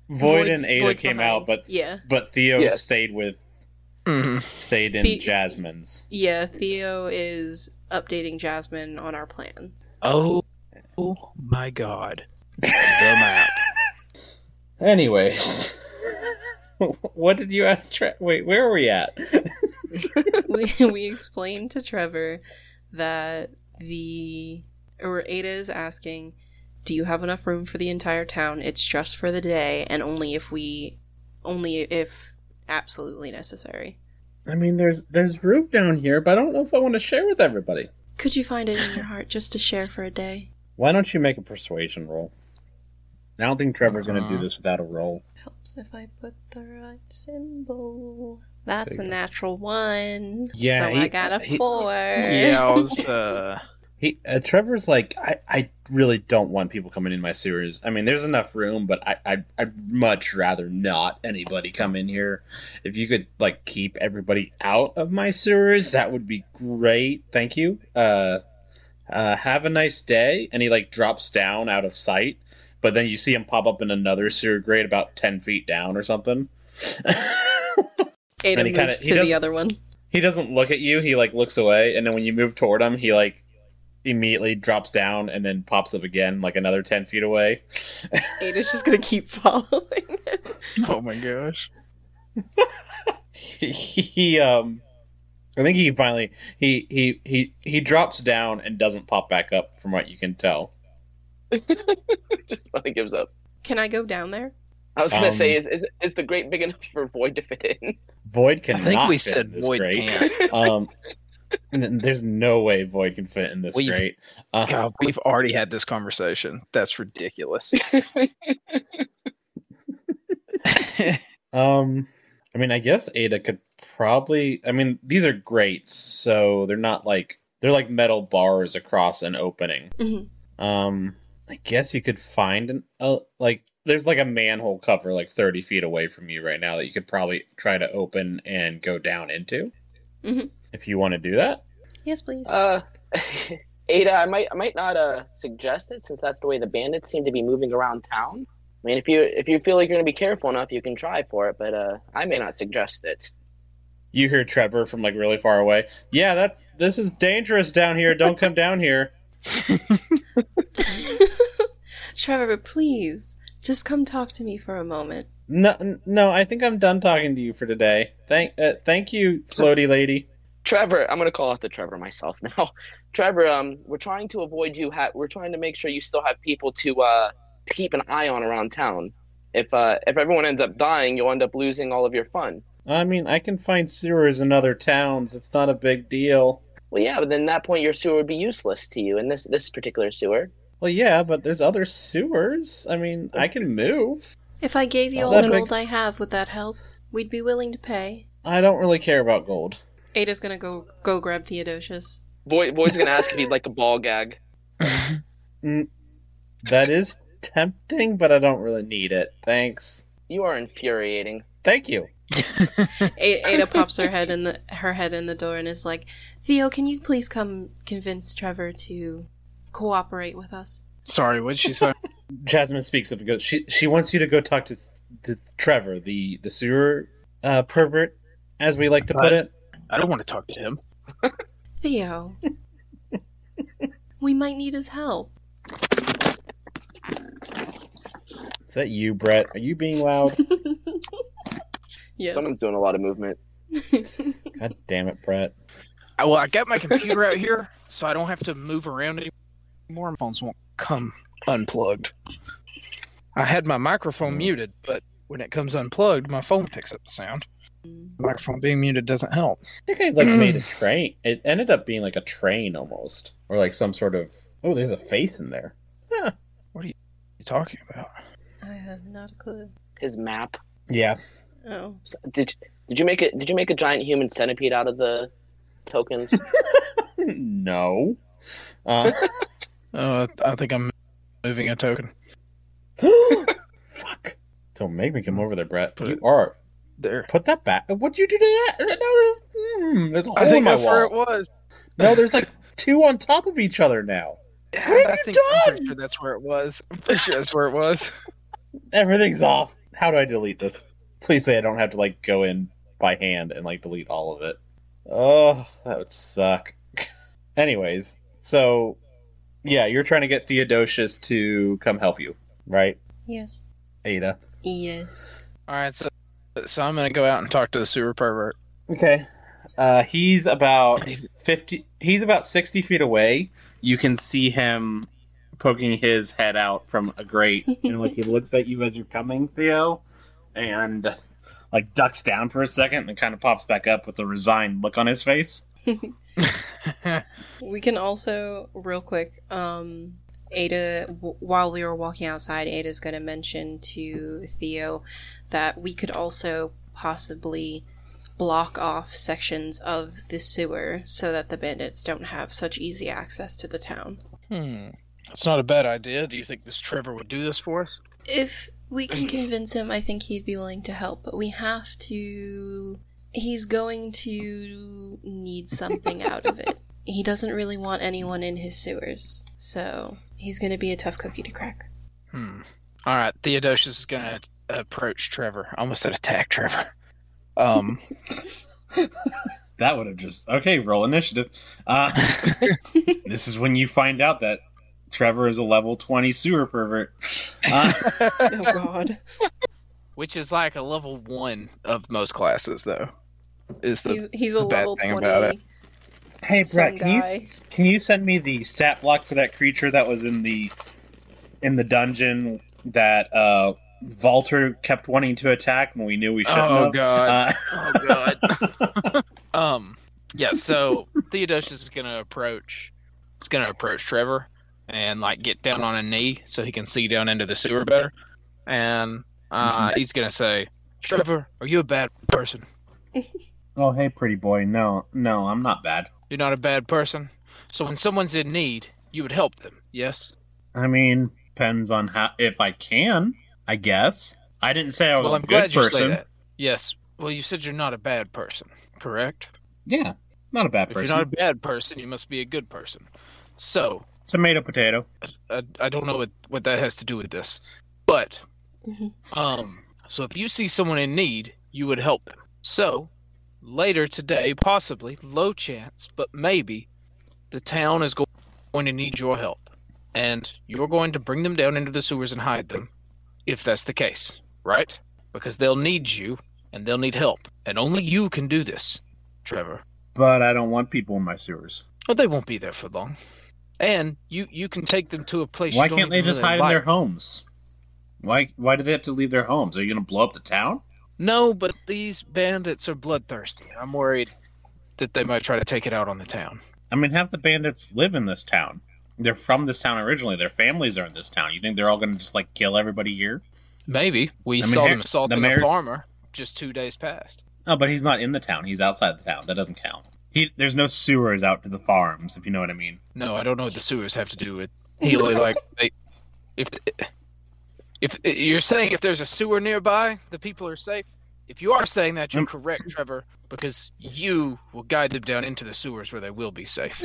[SPEAKER 4] Void
[SPEAKER 7] Void's-
[SPEAKER 4] and Ada
[SPEAKER 7] Void's
[SPEAKER 4] came
[SPEAKER 7] behind.
[SPEAKER 4] out, but
[SPEAKER 7] yeah,
[SPEAKER 4] but Theo
[SPEAKER 6] Yes.
[SPEAKER 4] stayed with Mm-hmm.
[SPEAKER 5] Mhm.
[SPEAKER 4] stayed in
[SPEAKER 7] The-
[SPEAKER 4] Jasmine's.
[SPEAKER 7] yeah. Theo is updating Jasmine on our plans.
[SPEAKER 5] Oh, oh my God. the map.
[SPEAKER 4] Anyways, what did you ask? Tra- Wait, where are we at?
[SPEAKER 7] we we explained to Trevor that the or Ada is asking, do you have enough room for the entire town? It's just for the day, and only if we, only if absolutely necessary.
[SPEAKER 4] I mean, there's there's room down here, but I don't know if I want to share with everybody.
[SPEAKER 7] Could you find it in your heart just to share for a day?
[SPEAKER 4] Why don't you make a persuasion roll? I don't think Trevor's going to
[SPEAKER 5] Uh-huh.
[SPEAKER 4] do this without a roll.
[SPEAKER 7] Helps if I put the right symbol. That's
[SPEAKER 4] There
[SPEAKER 7] a
[SPEAKER 4] you go.
[SPEAKER 7] natural one.
[SPEAKER 4] Yeah,
[SPEAKER 7] So
[SPEAKER 4] he-
[SPEAKER 7] I got a
[SPEAKER 4] he-
[SPEAKER 7] four.
[SPEAKER 5] Yeah, I was, uh,
[SPEAKER 4] He uh, Trevor's like, I, I really don't want people coming in my sewers. I mean, there's enough room, but I, I I'd much rather not anybody come in here. If you could like keep everybody out of my sewers, that would be great. Thank you. Uh, uh, have a nice day. And he like drops down out of sight, but then you see him pop up in another sewer grate about ten feet down or something.
[SPEAKER 7] Ada
[SPEAKER 4] And he kinda- he
[SPEAKER 7] moves to
[SPEAKER 4] doesn't-
[SPEAKER 7] the other one.
[SPEAKER 4] he doesn't look at you he like looks away and then when you move toward him he like immediately drops down and then pops up again like another 10 feet away
[SPEAKER 7] Ada's just gonna keep following.
[SPEAKER 5] oh my gosh.
[SPEAKER 4] he um i think he finally he he he he drops down and doesn't pop back up from what you can tell
[SPEAKER 6] Just about gives up.
[SPEAKER 7] Can I go down there?
[SPEAKER 6] I was gonna
[SPEAKER 4] Um,
[SPEAKER 6] say, is, is is the grate big enough for Void to fit in?
[SPEAKER 4] void
[SPEAKER 5] I
[SPEAKER 4] cannot
[SPEAKER 5] think
[SPEAKER 4] fit in
[SPEAKER 5] we said
[SPEAKER 4] this
[SPEAKER 5] Void
[SPEAKER 4] grate.
[SPEAKER 5] can't.
[SPEAKER 4] um n- there's no way void can fit in this
[SPEAKER 5] We've-
[SPEAKER 4] grate uh,
[SPEAKER 5] God, we've already had this conversation. That's ridiculous.
[SPEAKER 4] Um, I mean, I guess Ada could probably. I mean, these are grates, so they're not like they're like metal bars across an opening.
[SPEAKER 7] Mhm.
[SPEAKER 4] Um, I guess you could find an uh, like there's like a manhole cover like thirty feet away from you right now that you could probably try to open and go down into.
[SPEAKER 7] Mhm.
[SPEAKER 4] If you want to do that,
[SPEAKER 7] Yes, please.
[SPEAKER 6] Uh, Ada, I might I might not uh suggest it since that's the way the bandits seem to be moving around town. I mean, if you if you feel like you're gonna be careful enough, you can try for it, but uh, I may not suggest it.
[SPEAKER 4] you hear Trevor from like really far away. Yeah, that's this is dangerous down here. Don't come down here.
[SPEAKER 7] Trevor, please, just come talk to me for a moment.
[SPEAKER 4] No, n- no, I think I'm done talking to you for today. Thank, uh, thank you, floaty lady.
[SPEAKER 6] Trevor, I'm gonna call out to Trevor myself now. Trevor, um, we're trying to avoid you. Ha- we're trying to make sure you still have people to uh keep an eye on around town. If uh, if everyone ends up dying, you'll end up losing all of your fun.
[SPEAKER 4] I mean, I can find sewers in other towns. It's not a big deal.
[SPEAKER 6] Well, yeah, but then at that point your sewer would be useless to you. And this this particular sewer,
[SPEAKER 4] Well, yeah, but there's other sewers. I mean, I can move.
[SPEAKER 7] If I gave you
[SPEAKER 4] Oh,
[SPEAKER 7] all the
[SPEAKER 4] that
[SPEAKER 7] gold
[SPEAKER 4] makes-
[SPEAKER 7] I have, would that help? We'd be willing to pay.
[SPEAKER 4] I don't really care about gold.
[SPEAKER 7] Ada's gonna go go grab Theodosius.
[SPEAKER 6] boy, boy's gonna ask if he'd like a ball gag.
[SPEAKER 4] That is tempting, but I don't really need it. Thanks.
[SPEAKER 6] You are infuriating.
[SPEAKER 4] Thank you.
[SPEAKER 7] A- Ada pops her head in the her head in the door and is like, "Theo, can you please come convince Trevor to cooperate with us?"
[SPEAKER 5] Sorry, what did she say?
[SPEAKER 4] Jasmine speaks up and goes. She she wants you to go talk to to Trevor, the the sewer uh, pervert, as we like to put it.
[SPEAKER 5] I don't want to talk to him.
[SPEAKER 7] Theo, we might need his help.
[SPEAKER 4] Is that you, Brett? Are you being loud?
[SPEAKER 7] Yes.
[SPEAKER 6] Someone's doing a lot of movement.
[SPEAKER 4] God damn it, Brett.
[SPEAKER 5] I, well, I got my computer out here, so I don't have to move around anymore. My phones won't come unplugged. I had my microphone muted, but when it comes unplugged, my phone picks up the sound. The microphone being muted doesn't help.
[SPEAKER 4] I think I like made a train. It ended up being like a train almost, or like some sort of. Oh, there's a face in there.
[SPEAKER 5] you talking about?
[SPEAKER 7] I have not a clue.
[SPEAKER 6] His map.
[SPEAKER 4] Yeah.
[SPEAKER 7] Oh,
[SPEAKER 6] S- Did did you make it? Did you make a giant human centipede out of the tokens?
[SPEAKER 4] no. Uh,
[SPEAKER 5] Uh, I think I'm moving a token.
[SPEAKER 4] fuck. Don't make me come over there, Brett. You are.
[SPEAKER 5] There.
[SPEAKER 4] Put that back. What'd you do to that? No, there's, mm, there's a hole
[SPEAKER 5] I think
[SPEAKER 4] in my
[SPEAKER 5] that's where
[SPEAKER 4] wall.
[SPEAKER 5] it was.
[SPEAKER 4] No, there's like two on top of each other now.
[SPEAKER 5] What
[SPEAKER 4] have
[SPEAKER 5] I
[SPEAKER 4] you
[SPEAKER 5] think, I'm pretty sure that's where it was. I'm pretty sure that's where it was.
[SPEAKER 4] Everything's off. How do I delete this? Please say I don't have to like go in by hand and like delete all of it. Oh, that would suck. Anyways, so yeah, you're trying to get Theodosius to come help you, right,
[SPEAKER 7] yes,
[SPEAKER 4] Ada?
[SPEAKER 7] yes.
[SPEAKER 5] All right, so so I'm gonna go out and talk to the sewer pervert.
[SPEAKER 4] Okay. Uh, he's about fifty. He's about sixty feet away. You can see him poking his head out from a grate, and like he looks at you as you're coming, Theo, and like ducks down for a second, and then kind of pops back up with a resigned look on his face.
[SPEAKER 7] We can also, real quick, um, Ada, w- while we were walking outside, Ada's going to mention to Theo that we could also possibly block off sections of the sewer so that the bandits don't have such easy access to the town.
[SPEAKER 5] Hmm. It's not a bad idea. Do you think this Trevor would do this for us?
[SPEAKER 7] If we can convince him, I think he'd be willing to help, but we have to. He's going to need something out of it. He doesn't really want anyone in his sewers, so he's going to be a tough cookie to crack.
[SPEAKER 5] Hmm. All right, Theodosius is gonna approach Trevor. I Almost said attack Trevor. Um.
[SPEAKER 4] That would have just okay. Roll initiative. Uh, this is when you find out that Trevor is a level twenty sewer pervert. Uh,
[SPEAKER 7] Oh, God.
[SPEAKER 5] Which is like a level one of most classes, though. Is the
[SPEAKER 7] he's, he's a
[SPEAKER 5] the bad
[SPEAKER 7] level
[SPEAKER 5] thing
[SPEAKER 7] 20.
[SPEAKER 5] about it.
[SPEAKER 4] Hey
[SPEAKER 7] some
[SPEAKER 4] Brett, can you
[SPEAKER 7] guy.
[SPEAKER 4] s- can you send me the stat block for that creature that was in the in the dungeon that uh Valter kept wanting to attack when we knew we shouldn't
[SPEAKER 5] Oh,
[SPEAKER 4] have?
[SPEAKER 5] God.
[SPEAKER 4] Uh,
[SPEAKER 5] oh god. um. Yeah. So Theodosius is gonna approach. He's gonna approach Trevor and like get down on a knee so he can see down into the sewer better. And uh,
[SPEAKER 7] Mm-hmm.
[SPEAKER 5] he's gonna say, "Trevor, are you a bad person?
[SPEAKER 4] oh hey pretty boy, no no, I'm not bad.
[SPEAKER 5] You're not a bad person. So when someone's in need, you would help them. Yes.
[SPEAKER 4] I mean, depends on how if I can, I guess. I didn't say I was
[SPEAKER 5] Well, I'm
[SPEAKER 4] a good
[SPEAKER 5] glad you
[SPEAKER 4] person.
[SPEAKER 5] say that. Yes. Well, you said you're not a bad person, correct?
[SPEAKER 4] Yeah. Not a bad
[SPEAKER 5] If
[SPEAKER 4] person.
[SPEAKER 5] you're not a bad person, you must be a good person. So
[SPEAKER 4] Tomato potato.
[SPEAKER 5] I, I don't know what, what that has to do with this, but
[SPEAKER 7] Mhm.
[SPEAKER 5] um, so if you see someone in need, you would help them. So later today, possibly low chance, but maybe the town is go- going to need your help, and you're going to bring them down into the sewers and hide them, if that's the case, right? Because they'll need you and they'll need help, and only you can do this, Trevor.
[SPEAKER 4] But I don't want people in my sewers.
[SPEAKER 5] But they won't be there for long. And you, you can take them to a place.
[SPEAKER 4] Why
[SPEAKER 5] you don't
[SPEAKER 4] can't they
[SPEAKER 5] even
[SPEAKER 4] just
[SPEAKER 5] really
[SPEAKER 4] hide in
[SPEAKER 5] like.
[SPEAKER 4] their homes? Why? Why do they have to leave their homes? Are you going to blow up the town?
[SPEAKER 5] No, but these bandits are bloodthirsty. I'm worried that they might try to take it out on the town.
[SPEAKER 4] I mean, half the bandits live in this town. They're from this town originally. Their families are in this town. You think they're all going to just like kill everybody here?
[SPEAKER 5] Maybe we
[SPEAKER 4] I mean,
[SPEAKER 5] saw
[SPEAKER 4] here-
[SPEAKER 5] them assaulting
[SPEAKER 4] the mayor-
[SPEAKER 5] a farmer just two days past.
[SPEAKER 4] Oh, but he's not in the town. He's outside the town. That doesn't count. He, there's no sewers out to the farms, if you know what I mean.
[SPEAKER 5] No, I don't know what the sewers have to do with Hilo. like, they, if if you're saying if there's a sewer nearby, the people are safe. If you are saying that, you're
[SPEAKER 4] Mm.
[SPEAKER 5] correct, Trevor, because you will guide them down into the sewers where they will be safe.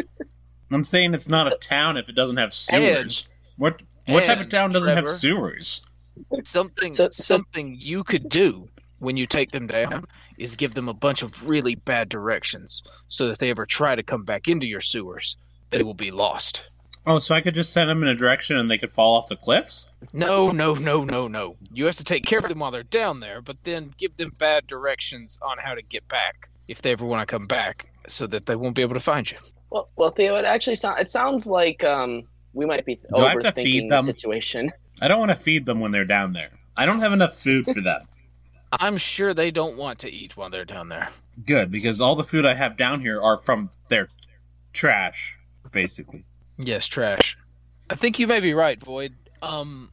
[SPEAKER 4] I'm saying it's not a town if it doesn't have sewers. what what type of
[SPEAKER 5] and,
[SPEAKER 4] town doesn't have
[SPEAKER 5] Trevor.
[SPEAKER 4] sewers?
[SPEAKER 5] Something
[SPEAKER 6] So- so-
[SPEAKER 5] something you could do when you take them down is give them a bunch of really bad directions, so that if they ever try to come back into your sewers, they will be lost.
[SPEAKER 4] Oh, so I could just send them in a direction and they could fall off the cliffs?
[SPEAKER 5] No, no, no, no, no. You have to take care of them while they're down there, but then give them bad directions on how to get back if they ever want to come back, so that they won't be able to find you.
[SPEAKER 6] Well, well, Theo, it actually sounds it sounds like um, we might be
[SPEAKER 4] I have to
[SPEAKER 6] overthinking
[SPEAKER 4] feed
[SPEAKER 6] the
[SPEAKER 4] them?
[SPEAKER 6] situation.
[SPEAKER 4] I don't want to feed them when they're down there. I don't have enough food for them.
[SPEAKER 5] I'm sure they don't want to eat while they're down there.
[SPEAKER 4] Good, because all the food I have down here are from their trash, basically.
[SPEAKER 5] Yes, trash. I think you may be right, Void. Um,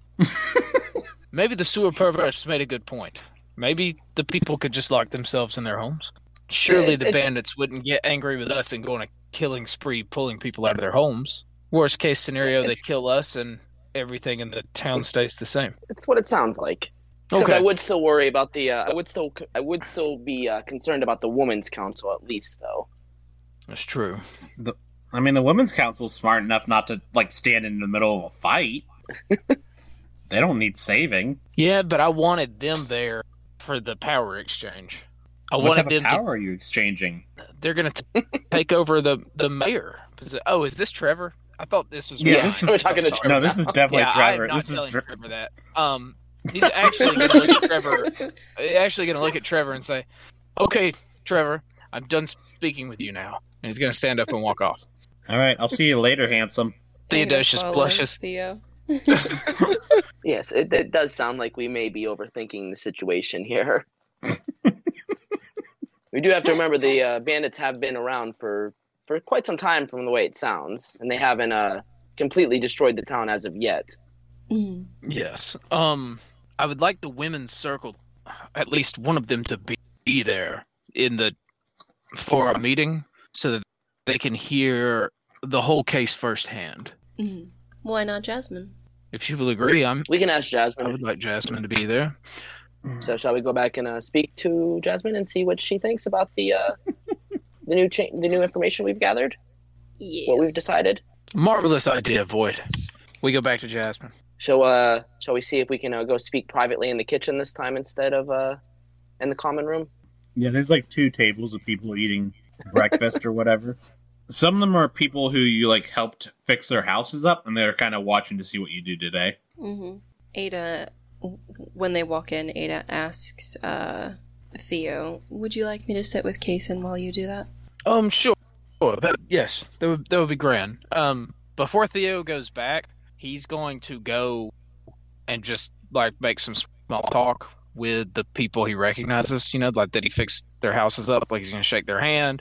[SPEAKER 5] maybe the sewer perverts made a good point. Maybe the people could just lock themselves in their homes. Surely the bandits wouldn't get angry with us and go on a killing spree, pulling people out of their homes. Worst case scenario, they kill us and everything in the town stays the same.
[SPEAKER 6] It's what it sounds like. Except I
[SPEAKER 5] Okay.
[SPEAKER 6] would still worry about the. Uh, I would still. I would still be uh, concerned about the woman's council at least, though.
[SPEAKER 5] That's true.
[SPEAKER 4] I mean, the women's council's smart enough not to like stand in the middle of a fight. they don't need saving.
[SPEAKER 5] Yeah, but I wanted them there for the power exchange. I
[SPEAKER 4] what
[SPEAKER 5] wanted
[SPEAKER 4] type of
[SPEAKER 5] them to
[SPEAKER 4] power are you exchanging?
[SPEAKER 5] they're gonna t- take over the the mayor. Is it- Oh, is this Trevor? I thought this was.
[SPEAKER 4] Yeah,
[SPEAKER 5] Ryan.
[SPEAKER 4] this
[SPEAKER 6] is- We're talking to Trevor
[SPEAKER 4] No, this is definitely
[SPEAKER 5] yeah,
[SPEAKER 4] Trevor.
[SPEAKER 5] I'm not
[SPEAKER 4] This is
[SPEAKER 5] telling
[SPEAKER 4] Dr-
[SPEAKER 5] Trevor that. Um, he's actually gonna look at Trevor. Actually, gonna look at Trevor and say, "Okay, Trevor, I'm done speaking with you now." And he's gonna stand up and walk off.
[SPEAKER 4] All right, I'll see you later, handsome.
[SPEAKER 7] I'm gonna
[SPEAKER 5] Theodosius
[SPEAKER 7] follow
[SPEAKER 5] blushes.
[SPEAKER 7] Theo.
[SPEAKER 6] Yes, it, it does sound like we may be overthinking the situation here. we do have to remember the uh, bandits have been around for for quite some time, from the way it sounds, and they haven't uh, completely destroyed the town as of yet.
[SPEAKER 7] Mm.
[SPEAKER 5] Yes. Um, I would like the women's circle, at least one of them, to be, be there in the for a meeting, so that they can hear the whole case firsthand.
[SPEAKER 7] Mm. Why not Jasmine?
[SPEAKER 5] If you will agree, I'm.
[SPEAKER 6] We can ask
[SPEAKER 5] I
[SPEAKER 6] Jasmine.
[SPEAKER 5] would like Jasmine to be there.
[SPEAKER 6] So, shall we go back and uh, speak to Jasmine and see what she thinks about the uh, the new cha- the new information we've gathered,
[SPEAKER 7] Yes.
[SPEAKER 6] what we've decided?
[SPEAKER 5] Marvelous idea, Void. We go back to Jasmine.
[SPEAKER 6] Shall uh, shall we see if we can uh, go speak privately in the kitchen this time instead of uh, in the common room?
[SPEAKER 4] Yeah, there's like two tables of people eating breakfast or whatever. Some of them are people who you like helped fix their houses up, and they're kind of watching to see what you do today.
[SPEAKER 7] Mm-hmm. Ada, w- when they walk in, Ada asks uh, Theo, "Would you like me to sit with Kason while you do that?"
[SPEAKER 5] Um, sure. sure, that, yes, that would that would be grand. Um, before Theo goes back, he's going to go and just like make some small talk with the people he recognizes. You know, like that he fixed their houses up. Like he's gonna shake their hand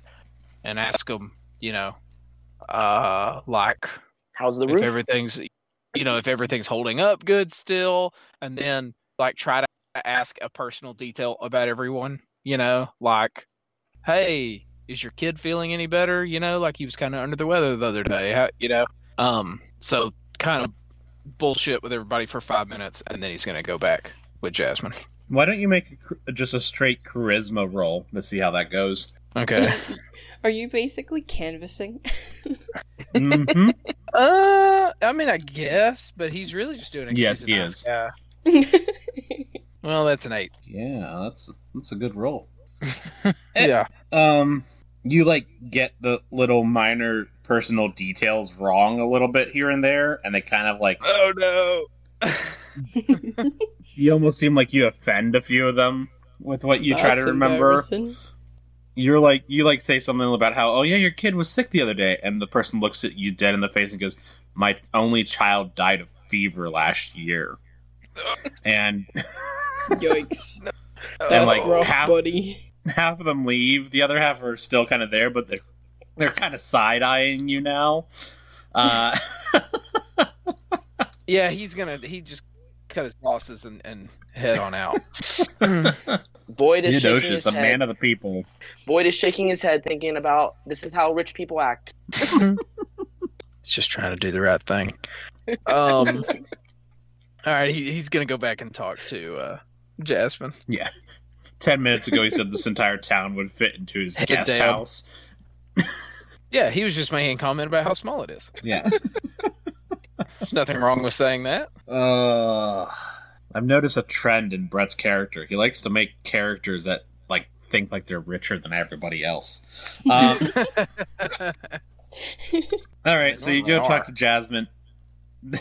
[SPEAKER 5] and ask them, you know, uh, like
[SPEAKER 6] How's the
[SPEAKER 5] if
[SPEAKER 6] roof?
[SPEAKER 5] everything's you know if everything's holding up good still and then like try to ask a personal detail about everyone you know like hey is your kid feeling any better you know like he was kind of under the weather the other day How, you know um so kind of bullshit with everybody for five minutes and then he's gonna go back with jasmine
[SPEAKER 4] Why don't you make a, char- just a straight charisma roll to see how that goes?
[SPEAKER 5] okay
[SPEAKER 7] Are you basically canvassing?
[SPEAKER 4] hmm
[SPEAKER 5] uh i mean i guess but he's really just doing it
[SPEAKER 4] Yes,
[SPEAKER 5] 'cause he's a
[SPEAKER 4] he is.
[SPEAKER 5] nice guy. well that's an eight
[SPEAKER 4] Yeah, that's that's a good roll. Eh.
[SPEAKER 5] yeah
[SPEAKER 4] Um, you like get the little minor personal details wrong a little bit here and there, and they kind of like
[SPEAKER 5] oh no
[SPEAKER 4] you almost seem like you offend a few of them with what you try to
[SPEAKER 7] That's
[SPEAKER 4] remember.
[SPEAKER 7] embarrassing.
[SPEAKER 4] you're like you like say something about how oh yeah your kid was sick the other day and the person looks at you dead in the face and goes my only child died of fever last year and
[SPEAKER 8] Yikes.
[SPEAKER 4] And,
[SPEAKER 8] That's
[SPEAKER 4] like,
[SPEAKER 8] rough,
[SPEAKER 4] half-
[SPEAKER 8] buddy.
[SPEAKER 4] half of them leave. The other half are still kind of there, but they're they're kind of side eyeing you now. Uh,
[SPEAKER 5] Yeah, he's gonna. He just cut his losses and, and head on out.
[SPEAKER 6] Boyd is shaking his
[SPEAKER 4] Eudoshus, a
[SPEAKER 6] head.
[SPEAKER 4] man of the people.
[SPEAKER 6] Boyd is shaking his head, thinking about this is how rich people act.
[SPEAKER 5] He's just trying to do the right thing. Um. all right, he, he's gonna go back and talk to uh, Jasmine.
[SPEAKER 4] Ten minutes ago, he said this entire town would fit into his
[SPEAKER 5] Head
[SPEAKER 4] guest
[SPEAKER 5] down.
[SPEAKER 4] house.
[SPEAKER 5] Yeah, he was just making a comment about how small it is.
[SPEAKER 4] Yeah.
[SPEAKER 5] There's nothing wrong with saying that.
[SPEAKER 4] Uh, I've noticed a trend in Brett's character. He likes to make characters that like think like they're richer than everybody else. Um, all right, so you go
[SPEAKER 5] They
[SPEAKER 4] talk
[SPEAKER 5] are.
[SPEAKER 4] to Jasmine.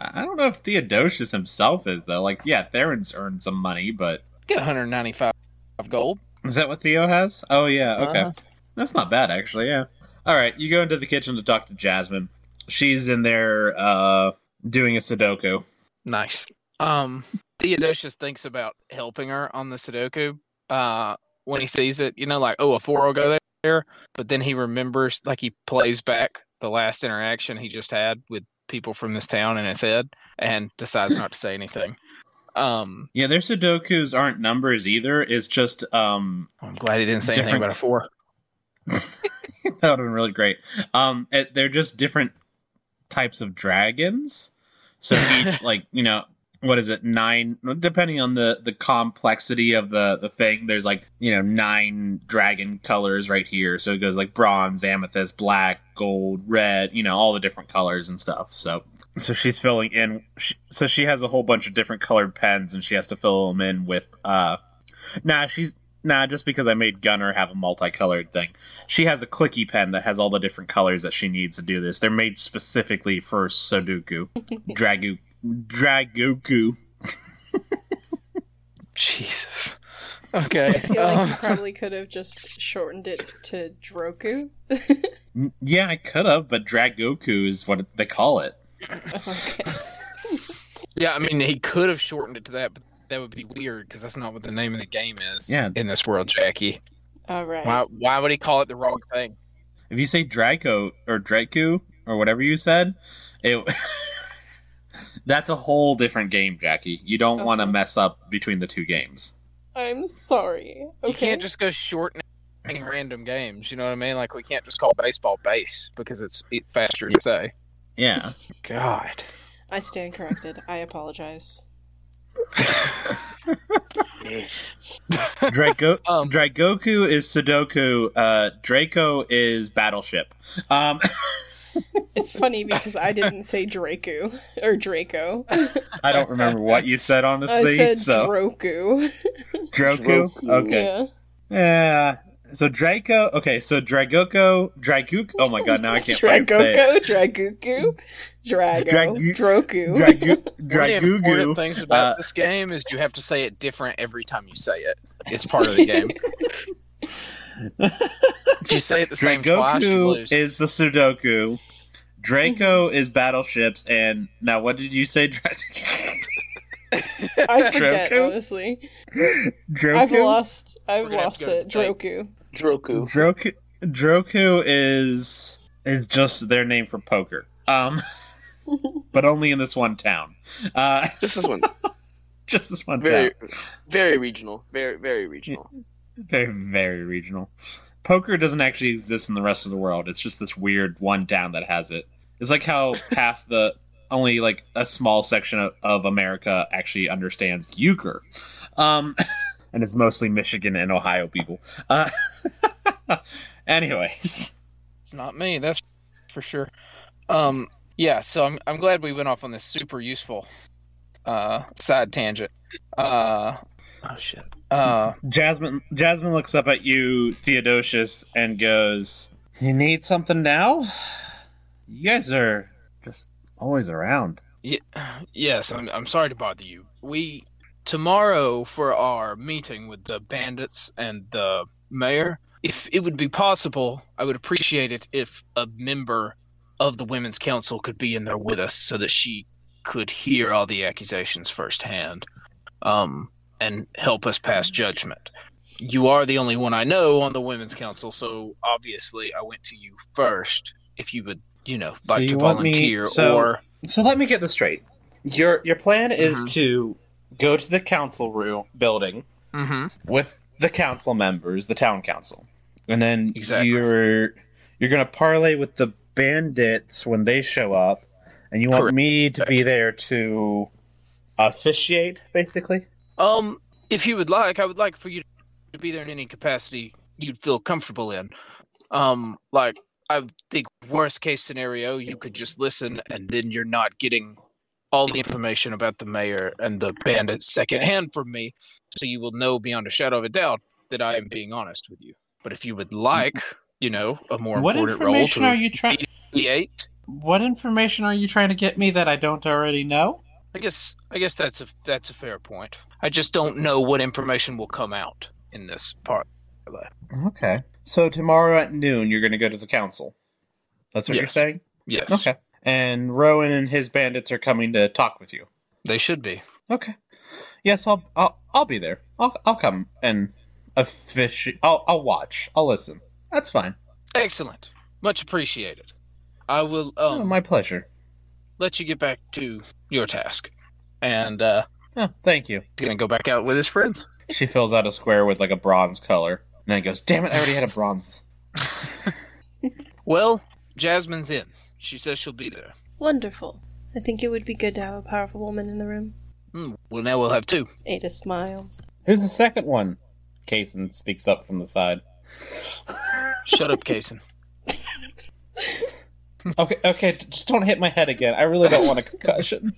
[SPEAKER 4] I don't know if Theodosius himself is though. Like, yeah, Theron's earned some money, but
[SPEAKER 5] Get 195 of gold.
[SPEAKER 4] is that what Theo has? Oh yeah, okay.
[SPEAKER 5] Uh-huh.
[SPEAKER 4] That's not bad actually, yeah. Alright, you go into the kitchen to talk to Jasmine. She's in there uh doing a Sudoku.
[SPEAKER 5] Nice. Um, Theodosius thinks about helping her on the Sudoku. Uh, when he sees it, you know, like oh, a four will go there. But then he remembers, like he plays back the last interaction he just had with people from this town in his head, and decides not to say anything. Um,
[SPEAKER 4] Yeah, their Sudokus aren't numbers either. It's just um
[SPEAKER 5] I'm glad he didn't say anything
[SPEAKER 4] Different-
[SPEAKER 5] about a four.
[SPEAKER 4] that would have been really great. Um, it, they're just different types of dragons. So each, like you know, what is it? Nine, depending on the the complexity of the the thing. There's like you know nine dragon colors right here. So it goes like bronze, amethyst, black, gold, red. You know all the different colors and stuff. So so she's filling in. She, so she has a whole bunch of different colored pens, and she has to fill them in with. uh Nah, she's nah. Just because I made Gunner have a multicolored thing she has a clicky pen that has all the different colors that she needs to do this. They're made specifically for Sudoku, Dragu, Dragoku.
[SPEAKER 5] Jesus. Okay.
[SPEAKER 8] I
[SPEAKER 7] I feel like you
[SPEAKER 5] um,
[SPEAKER 7] probably could have just shortened it to Droku.
[SPEAKER 4] N- Mm, Yeah, I could have, but Dragoku is what they call it.
[SPEAKER 7] okay.
[SPEAKER 5] Yeah, I mean, he could have shortened it to that, but that would be weird because that's not what the name of the game is
[SPEAKER 4] Yeah.
[SPEAKER 5] in this world, Jackie.
[SPEAKER 7] All right.
[SPEAKER 5] Why, why would he call it the wrong thing?
[SPEAKER 4] If you say Draco or Draku or whatever you said, it that's a whole different game, Jackie. You don't want to
[SPEAKER 7] Okay.
[SPEAKER 4] mess up between the two games.
[SPEAKER 7] I'm sorry.
[SPEAKER 5] You
[SPEAKER 7] Okay.
[SPEAKER 5] can't just go shortening random games. You know what I mean? Like, we can't just call baseball base because it's it- faster to say.
[SPEAKER 4] Yeah,
[SPEAKER 5] God.
[SPEAKER 7] I stand corrected. I apologize.
[SPEAKER 4] Draco.
[SPEAKER 5] Um,
[SPEAKER 4] Dragoku is Sudoku. Uh, Draco is Battleship. Um,
[SPEAKER 7] It's funny because I didn't say Draku or Draco.
[SPEAKER 4] I don't remember what you said
[SPEAKER 7] I
[SPEAKER 4] honestly.
[SPEAKER 7] said
[SPEAKER 4] so
[SPEAKER 7] Droku.
[SPEAKER 4] Droku.
[SPEAKER 6] Droku.
[SPEAKER 4] Okay.
[SPEAKER 7] Yeah.
[SPEAKER 4] Yeah. So Draco. Okay. So Dragoco. Dragook. Oh my god! Now I can't fucking say it.
[SPEAKER 7] Dragoko, Draguku, Drago,
[SPEAKER 4] Dragu-
[SPEAKER 7] Droku.
[SPEAKER 4] Dragu-
[SPEAKER 5] one of the important
[SPEAKER 4] Dragugu.
[SPEAKER 5] things about
[SPEAKER 4] uh,
[SPEAKER 5] this game is you have to say it different every time you say it. It's part of the game. if you say it the same twice, you lose.
[SPEAKER 4] Dragoku is the Sudoku. Draco is battleships, and now what did you say? Dra-
[SPEAKER 7] I forget
[SPEAKER 4] Droku?
[SPEAKER 7] honestly. I've
[SPEAKER 4] Droku.
[SPEAKER 7] lost. I've
[SPEAKER 5] We're gonna have
[SPEAKER 7] lost
[SPEAKER 5] to go to
[SPEAKER 7] it.
[SPEAKER 5] the tape.
[SPEAKER 7] Droku.
[SPEAKER 6] Droku.
[SPEAKER 4] Droku. Droku is is just their name for poker. Um, but only in this one town. Uh,
[SPEAKER 6] Just this one.
[SPEAKER 4] just this one town.
[SPEAKER 6] Very, very regional. Very, very regional.
[SPEAKER 4] Very, very regional. Poker doesn't actually exist in the rest of the world. It's just this weird one town that has it. It's like how half the only like a small section of, of America actually understands euchre, um, and it's mostly Michigan and Ohio people. Uh, anyways,
[SPEAKER 5] It's not me, that's for sure. Um, yeah, so I'm I'm glad we went off on this super useful uh side tangent. Uh oh shit. Uh
[SPEAKER 4] Jasmine Jasmine looks up at you, Theodosius, and goes, "You need something now? You guys are just always around."
[SPEAKER 5] yeah, yes, I'm I'm sorry to bother you. We tomorrow for our meeting with the bandits and the mayor, if it would be possible, I would appreciate it if a member of the women's council could be in there with us so that she could hear all the accusations firsthand um, and help us pass judgment. You are the only one I know on the women's council, so obviously I went to you first. If you would, you know,
[SPEAKER 4] So
[SPEAKER 5] like
[SPEAKER 4] you
[SPEAKER 5] to
[SPEAKER 4] want me-
[SPEAKER 5] volunteer
[SPEAKER 4] so-
[SPEAKER 5] or
[SPEAKER 4] So let me get this straight. Your your plan is
[SPEAKER 5] Mm-hmm.
[SPEAKER 4] to go to the council room building
[SPEAKER 5] Mhm.
[SPEAKER 4] with the council members, the town council, and then
[SPEAKER 5] Exactly.
[SPEAKER 4] you're you're gonna parlay with the bandits when they show up, and you want
[SPEAKER 5] Correct.
[SPEAKER 4] me to be there to officiate, basically.
[SPEAKER 5] Um, if you would like, I would like for you to be there in any capacity you'd feel comfortable in. Um, like I think worst case scenario, you could just listen, and then you're not getting all the information about the mayor and the bandits secondhand from me, so you will know beyond a shadow of a doubt that I am being honest with you. But if you would like, you know, a more
[SPEAKER 4] What
[SPEAKER 5] important role
[SPEAKER 4] information
[SPEAKER 5] to
[SPEAKER 4] are you trying?
[SPEAKER 5] create,
[SPEAKER 4] What information are you trying to get me that I don't already know?
[SPEAKER 5] I guess I guess that's a that's a fair point. I just don't know what information will come out in this part.
[SPEAKER 4] Okay. So tomorrow at noon, you're going to go to the council. That's what you're
[SPEAKER 5] Yes.
[SPEAKER 4] saying.
[SPEAKER 5] Yes.
[SPEAKER 4] Okay. And Rowan and his bandits are coming to talk with you.
[SPEAKER 5] They should be.
[SPEAKER 4] Okay. Yes, I'll I'll, I'll be there. I'll I'll come and offici- I'll I'll watch. I'll listen. That's fine.
[SPEAKER 5] Excellent. Much appreciated. I will
[SPEAKER 4] Oh,
[SPEAKER 5] um,
[SPEAKER 4] my pleasure.
[SPEAKER 5] let you get back to your task. And uh
[SPEAKER 4] Oh, thank you.
[SPEAKER 5] he's gonna go back out with his friends.
[SPEAKER 4] She fills out a square with like a bronze color, and then goes, "Damn it! I already had a bronze."
[SPEAKER 5] Well, Jasmine's in. She says she'll be there.
[SPEAKER 7] Wonderful. I think it would be good to have a powerful woman in the room.
[SPEAKER 5] Hmm, well, now we'll have two.
[SPEAKER 7] Ada smiles.
[SPEAKER 4] Who's the second one? Kason speaks up from the side.
[SPEAKER 5] Shut up, Kason.
[SPEAKER 4] Okay, okay, just don't hit my head again. I really don't want a concussion.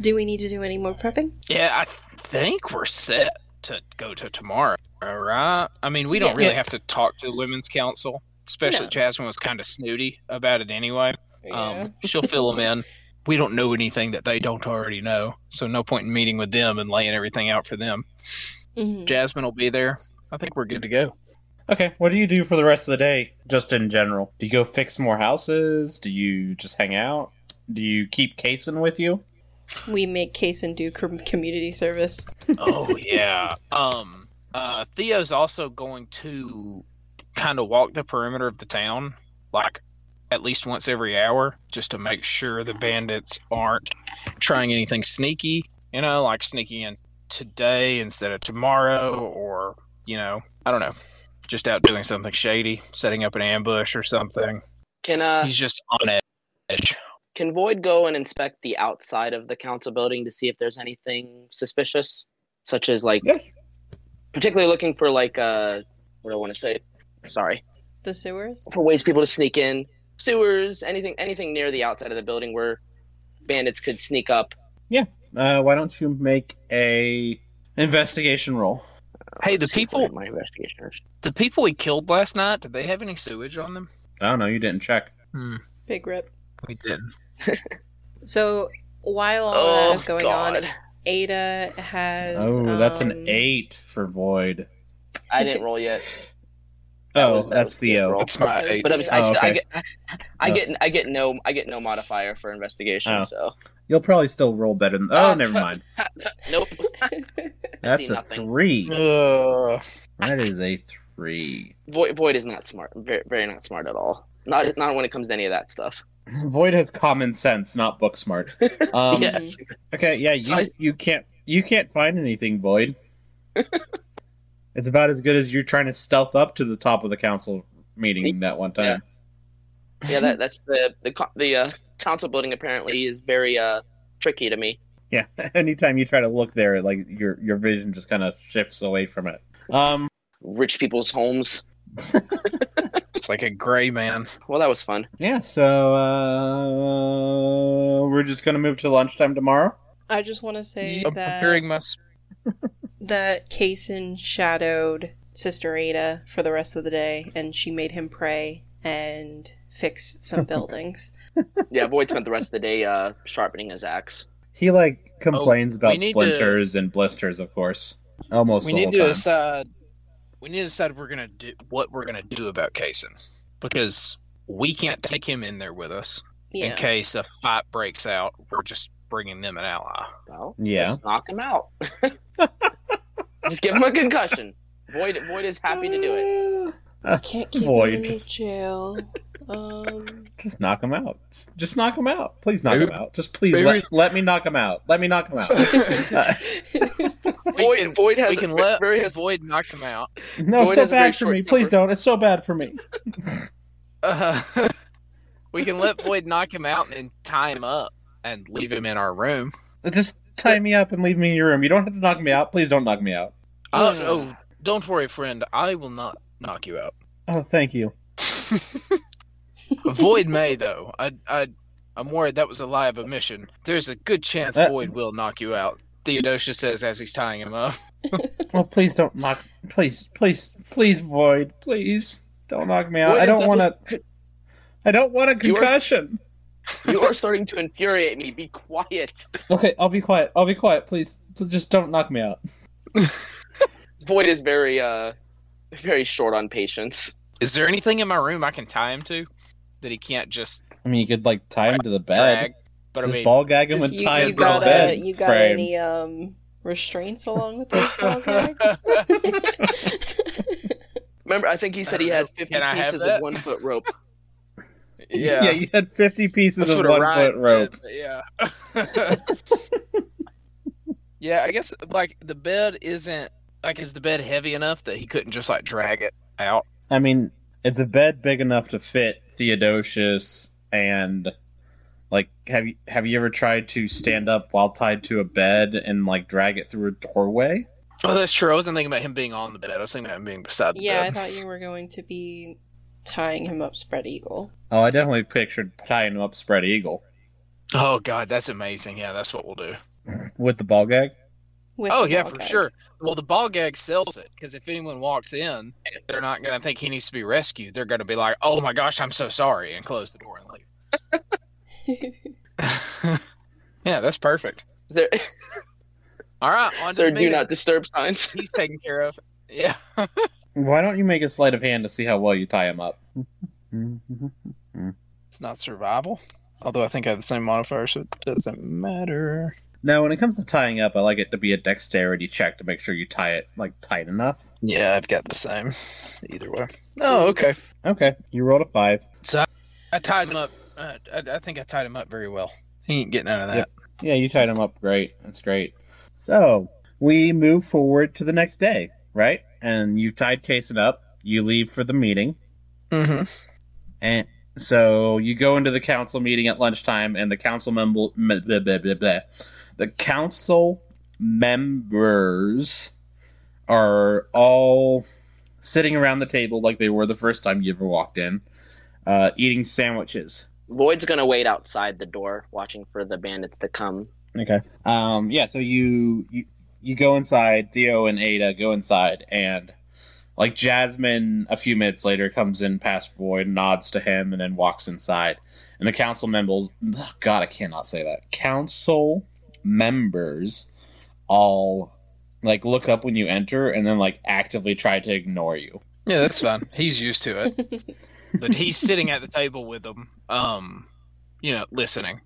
[SPEAKER 7] Do we need to do any more prepping?
[SPEAKER 5] Yeah, I think we're set to go to tomorrow. All right. I mean, we don't
[SPEAKER 7] Yeah.
[SPEAKER 5] really have to talk to the women's council, especially
[SPEAKER 7] No.
[SPEAKER 5] Jasmine was kind of snooty about it anyway.
[SPEAKER 7] Yeah.
[SPEAKER 5] Um, she'll fill them in. We don't know anything that they don't already know, so no point in meeting with them and laying everything out for them.
[SPEAKER 7] Mhm.
[SPEAKER 5] Jasmine will be there. I think we're good to go.
[SPEAKER 4] Okay, what do you do for the rest of the day, just in general? Do you go fix more houses? Do you just hang out? Do you keep Kason with you?
[SPEAKER 7] We make case and do com- community service.
[SPEAKER 5] oh yeah. Um. Uh. Theo's also going to kind of walk the perimeter of the town, like at least once every hour, just to make sure the bandits aren't trying anything sneaky. You know, like sneaking in today instead of tomorrow, or you know, I don't know, just out doing something shady, setting up an ambush or something.
[SPEAKER 6] Can uh
[SPEAKER 5] He's just on edge.
[SPEAKER 6] can Void go and inspect the outside of the council building to see if there's anything suspicious, such as like
[SPEAKER 4] Yes.
[SPEAKER 6] particularly looking for like uh what do I want to say? Sorry,
[SPEAKER 7] The sewers?
[SPEAKER 6] for ways people to sneak in, sewers, anything anything near the outside of the building where bandits could sneak up.
[SPEAKER 4] Uh, why don't you make a investigation roll?
[SPEAKER 5] Hey, the
[SPEAKER 6] Let's see if I
[SPEAKER 5] people-
[SPEAKER 6] have My investigation.
[SPEAKER 5] The people we killed last night, did they have any sewage on them?
[SPEAKER 4] I don't know. You didn't check.
[SPEAKER 7] Big rip.
[SPEAKER 5] We didn't.
[SPEAKER 7] So while all Oh,
[SPEAKER 6] Oh,
[SPEAKER 5] Oh,
[SPEAKER 7] that is going on, Ada has.
[SPEAKER 4] Oh, that's an
[SPEAKER 7] um,
[SPEAKER 4] eight for Void.
[SPEAKER 6] I didn't roll yet, that
[SPEAKER 4] Oh,
[SPEAKER 6] was- that
[SPEAKER 4] that's
[SPEAKER 6] was
[SPEAKER 4] the O.
[SPEAKER 6] roll.
[SPEAKER 5] That's my eight.
[SPEAKER 6] but I, was, I,
[SPEAKER 4] Oh,
[SPEAKER 6] st- I
[SPEAKER 4] okay.
[SPEAKER 6] get I
[SPEAKER 4] Oh.
[SPEAKER 6] get I get no I get no modifier for investigation.
[SPEAKER 4] Oh.
[SPEAKER 6] So
[SPEAKER 4] You'll probably still roll better than. Oh,
[SPEAKER 6] Ah,
[SPEAKER 4] never mind.
[SPEAKER 6] nope.
[SPEAKER 4] That's a
[SPEAKER 6] nothing.
[SPEAKER 4] three.
[SPEAKER 5] Ugh.
[SPEAKER 4] That is a three.
[SPEAKER 6] Void, Void is not smart. Very, very not smart at all. Not not when it comes to any of that stuff.
[SPEAKER 4] Void has common sense, not book smarts. Um,
[SPEAKER 6] yes.
[SPEAKER 5] Mm-hmm.
[SPEAKER 4] Okay, yeah, you
[SPEAKER 6] I-
[SPEAKER 4] you can't you can't find anything, Void. it's about as good as you're trying to stealth up to the top of the council meeting that one time.
[SPEAKER 6] Yeah. That, that's the the co- the uh, council building apparently is very uh tricky to me.
[SPEAKER 4] Yeah. Anytime you try to look there, like your your vision just kind of shifts away from it. Um.
[SPEAKER 6] Rich people's homes.
[SPEAKER 5] It's like a gray man.
[SPEAKER 6] Well, that was fun.
[SPEAKER 4] Yeah. So uh, we're just gonna move to lunchtime tomorrow.
[SPEAKER 7] I just want to say
[SPEAKER 5] I'm
[SPEAKER 7] that.
[SPEAKER 5] preparing my. s-
[SPEAKER 7] that Kason shadowed Sister Ada for the rest of the day, and she made him pray and fix some buildings.
[SPEAKER 6] Yeah. Void spent the rest of the day uh sharpening his axe.
[SPEAKER 4] He like complains
[SPEAKER 5] Oh, we
[SPEAKER 4] about
[SPEAKER 5] need to-
[SPEAKER 4] splinters and blisters, of course. Almost.
[SPEAKER 5] We
[SPEAKER 4] the
[SPEAKER 5] need
[SPEAKER 4] whole
[SPEAKER 5] to
[SPEAKER 4] time.
[SPEAKER 5] decide. We need to decide we're gonna do what we're gonna do about Kaysen because we can't take him in there with us.
[SPEAKER 7] Yeah.
[SPEAKER 5] in case a fight breaks out. We're just bringing them an ally.
[SPEAKER 6] Well,
[SPEAKER 4] Yeah.
[SPEAKER 6] just knock him out. just give him a concussion. Void Void is happy to do it.
[SPEAKER 7] Can't keep
[SPEAKER 4] Boy,
[SPEAKER 7] him in
[SPEAKER 4] just-
[SPEAKER 7] jail. Um,
[SPEAKER 4] Just knock him out. Just, just knock him out. Please knock
[SPEAKER 2] Maybe-
[SPEAKER 4] him out. Just please
[SPEAKER 2] maybe-
[SPEAKER 4] let, let me knock him out. Let me knock him out. Uh,
[SPEAKER 6] Void
[SPEAKER 5] can-
[SPEAKER 6] Void has
[SPEAKER 5] we can let
[SPEAKER 6] very has
[SPEAKER 5] Void knock them out.
[SPEAKER 4] no,
[SPEAKER 6] Boyd
[SPEAKER 4] it's so
[SPEAKER 6] has a very
[SPEAKER 4] bad for
[SPEAKER 6] short
[SPEAKER 4] me. Please
[SPEAKER 6] temper.
[SPEAKER 4] don't. It's so bad for me.
[SPEAKER 5] Uh, we can let Void knock him out and then tie him up and leave him in our room.
[SPEAKER 4] Just tie me up and leave me in your room. You don't have to knock me out. Please don't knock me out.
[SPEAKER 5] Oh,
[SPEAKER 7] Hmm.
[SPEAKER 5] oh, don't worry, friend. I will not knock you out.
[SPEAKER 4] Oh, thank you.
[SPEAKER 5] Void may though. I I I'm worried that was a lie of omission. There's a good chance
[SPEAKER 4] Uh,
[SPEAKER 5] Void will knock you out. Theodosia says as he's tying him up.
[SPEAKER 4] Well, please don't knock. Please, please, please, Void. Please don't knock me out.
[SPEAKER 6] Void
[SPEAKER 4] I
[SPEAKER 6] is
[SPEAKER 4] don't
[SPEAKER 6] the-
[SPEAKER 4] want to. I don't want a
[SPEAKER 6] You are-
[SPEAKER 4] concussion.
[SPEAKER 6] You are starting to infuriate me. Be quiet.
[SPEAKER 4] Okay, I'll be quiet. I'll be quiet. Please, So just don't knock me out.
[SPEAKER 6] Void is very uh very short on patience.
[SPEAKER 5] Is there anything in my room I can tie him to that he can't just
[SPEAKER 4] I mean, you could like tie him to the bed,
[SPEAKER 5] drag? But I
[SPEAKER 4] just
[SPEAKER 5] mean,
[SPEAKER 4] ball gag him and
[SPEAKER 7] you,
[SPEAKER 4] tie
[SPEAKER 7] you
[SPEAKER 4] him to
[SPEAKER 7] got
[SPEAKER 4] the bed.
[SPEAKER 7] you got
[SPEAKER 4] frame.
[SPEAKER 7] any um restraints along with those ball gags?
[SPEAKER 6] Remember, I think he said he
[SPEAKER 5] I don't
[SPEAKER 6] had
[SPEAKER 5] know.
[SPEAKER 6] fifty
[SPEAKER 5] Can I have
[SPEAKER 6] pieces
[SPEAKER 5] that?
[SPEAKER 6] of one foot rope.
[SPEAKER 5] yeah,
[SPEAKER 4] you had fifty pieces
[SPEAKER 5] That's
[SPEAKER 4] of
[SPEAKER 5] what
[SPEAKER 4] one
[SPEAKER 5] Orion
[SPEAKER 4] foot rope.
[SPEAKER 5] said, but Yeah. yeah, I guess like the bed isn't like is the bed heavy enough that he couldn't just like drag it out?
[SPEAKER 4] I mean, it's a bed big enough to fit Theodosius and like have you have you ever tried to stand up while tied to a bed and like drag it through a doorway?
[SPEAKER 5] Oh, that's true. I wasn't thinking about him being on the bed. I was thinking about him being beside the
[SPEAKER 7] yeah, I
[SPEAKER 5] bed.
[SPEAKER 7] thought you were going to be tying him up spread eagle.
[SPEAKER 4] Oh, I definitely pictured tying him up spread eagle
[SPEAKER 5] Oh god, that's amazing. Yeah, that's what we'll do.
[SPEAKER 4] with the ball gag.
[SPEAKER 7] With
[SPEAKER 5] oh
[SPEAKER 7] the
[SPEAKER 5] yeah,
[SPEAKER 7] ball
[SPEAKER 5] for
[SPEAKER 7] gag.
[SPEAKER 5] sure. Well, the ball gag sells it because if anyone walks in, they're not gonna think he needs to be rescued. They're gonna be like, "Oh my gosh, I'm so sorry," and close the door and leave. yeah, that's perfect.
[SPEAKER 6] Is there,
[SPEAKER 5] All right, on
[SPEAKER 6] is
[SPEAKER 5] to
[SPEAKER 6] there
[SPEAKER 5] the
[SPEAKER 6] do
[SPEAKER 5] meeting.
[SPEAKER 6] not disturb signs?
[SPEAKER 5] He's taken care of. Yeah.
[SPEAKER 4] Why don't you make a sleight of hand to see how well you tie him up?
[SPEAKER 5] It's not survival. Although I think I have the same modifier, so it doesn't matter.
[SPEAKER 4] Now, when it comes to tying up, I like it to be a dexterity check to make sure you tie it like tight enough.
[SPEAKER 5] Yeah, I've got the same. Either way. Oh, okay.
[SPEAKER 4] Okay, you rolled a five.
[SPEAKER 5] I tied him up. Uh, I, I think I tied him up very well. He ain't getting out of that.
[SPEAKER 4] Yeah, you tied him up great. That's great. So we move forward to the next day, right? And you've tied Kason up. You leave for the meeting,
[SPEAKER 5] Mm-hmm.
[SPEAKER 4] and so you go into the council meeting at lunchtime, and the council member, bleh, bleh, bleh, bleh, bleh. the council members are all sitting around the table like they were the first time you ever walked in, uh, eating sandwiches.
[SPEAKER 6] Lloyd's gonna wait outside the door, watching for the bandits to come.
[SPEAKER 4] Okay. Um, yeah. So you, you you go inside. Theo and Ada go inside, and like Jasmine, a few minutes later comes in past Void, nods to him, and then walks inside. And the council members, ugh, God, I cannot say that. Council members all like look up when you enter, and then like actively try to ignore you.
[SPEAKER 5] Yeah, that's fine. He's used to it. but he's sitting at the table with them, um, you know, listening.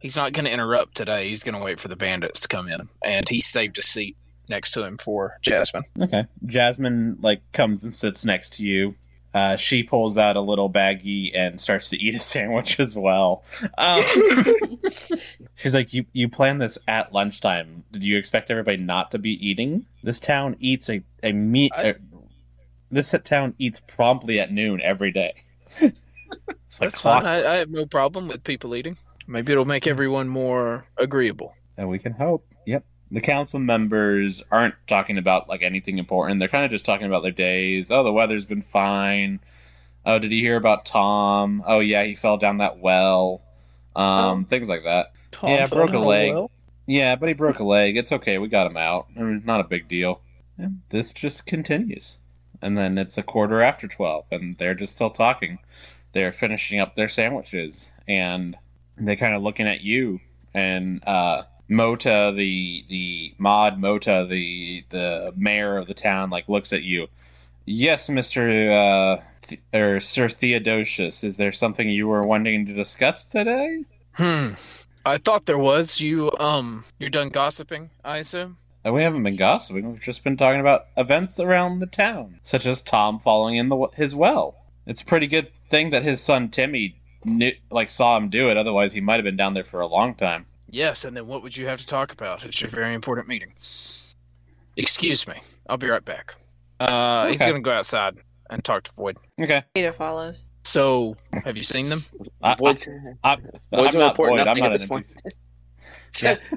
[SPEAKER 5] He's not going to interrupt today. He's going to wait for the bandits to come in. And he saved a seat next to him for Jasmine.
[SPEAKER 4] Okay. Jasmine like comes and sits next to you. Uh, she pulls out a little baggie and starts to eat a sandwich as well. Um, she's like, "You you planned this at lunchtime. Did you expect everybody not to be eating? This town eats a a meat.
[SPEAKER 5] I-
[SPEAKER 4] er, this town eats promptly at noon every day. it's like
[SPEAKER 5] That's
[SPEAKER 4] clock,
[SPEAKER 5] fine. I, I have no problem with people eating. Maybe it'll make everyone more agreeable.
[SPEAKER 4] and we can hope. Yep. The council members aren't talking about like anything important. They're kind of just talking about their days. Oh, the weather's been fine. Oh, did you hear about Tom? Oh, yeah, he fell down that well. Um, things like that. Yeah, broke a leg. Yeah, but he broke a leg. It's okay. We got him out. I mean, not a big deal. And this just continues. And then it's a quarter after 12, and they're just still talking. They're finishing up their sandwiches, and they're kind of looking at you. And uh, Mota, the the mod Mota, the the mayor of the town, like looks at you, Yes, Mr. Uh, Th- or Sir Theodosius, is there something you were wanting to discuss today?
[SPEAKER 5] Hmm. I thought there was. You um you're done gossiping, I assume?
[SPEAKER 4] And Uh, we haven't been gossiping. We've just been talking about events around the town, such as Tom falling in the w- his well. It's a pretty good thing that his son Timmy knew, like saw him do it. Otherwise, he might have been down there for a long time.
[SPEAKER 5] Yes, and then what would you have to talk about? It's your very important meeting. Excuse me. I'll be right back. Uh he's
[SPEAKER 4] Okay.
[SPEAKER 5] gonna go outside and talk to Void.
[SPEAKER 4] Okay,
[SPEAKER 7] Ada follows.
[SPEAKER 5] So have you seen them?
[SPEAKER 4] I,
[SPEAKER 6] Boyd's,
[SPEAKER 4] I, I,
[SPEAKER 6] Boyd's
[SPEAKER 4] I'm
[SPEAKER 6] gonna
[SPEAKER 4] not
[SPEAKER 6] report
[SPEAKER 4] Boyd. I'm
[SPEAKER 6] nothing
[SPEAKER 4] not
[SPEAKER 6] at this
[SPEAKER 4] an
[SPEAKER 6] point.
[SPEAKER 4] NPC.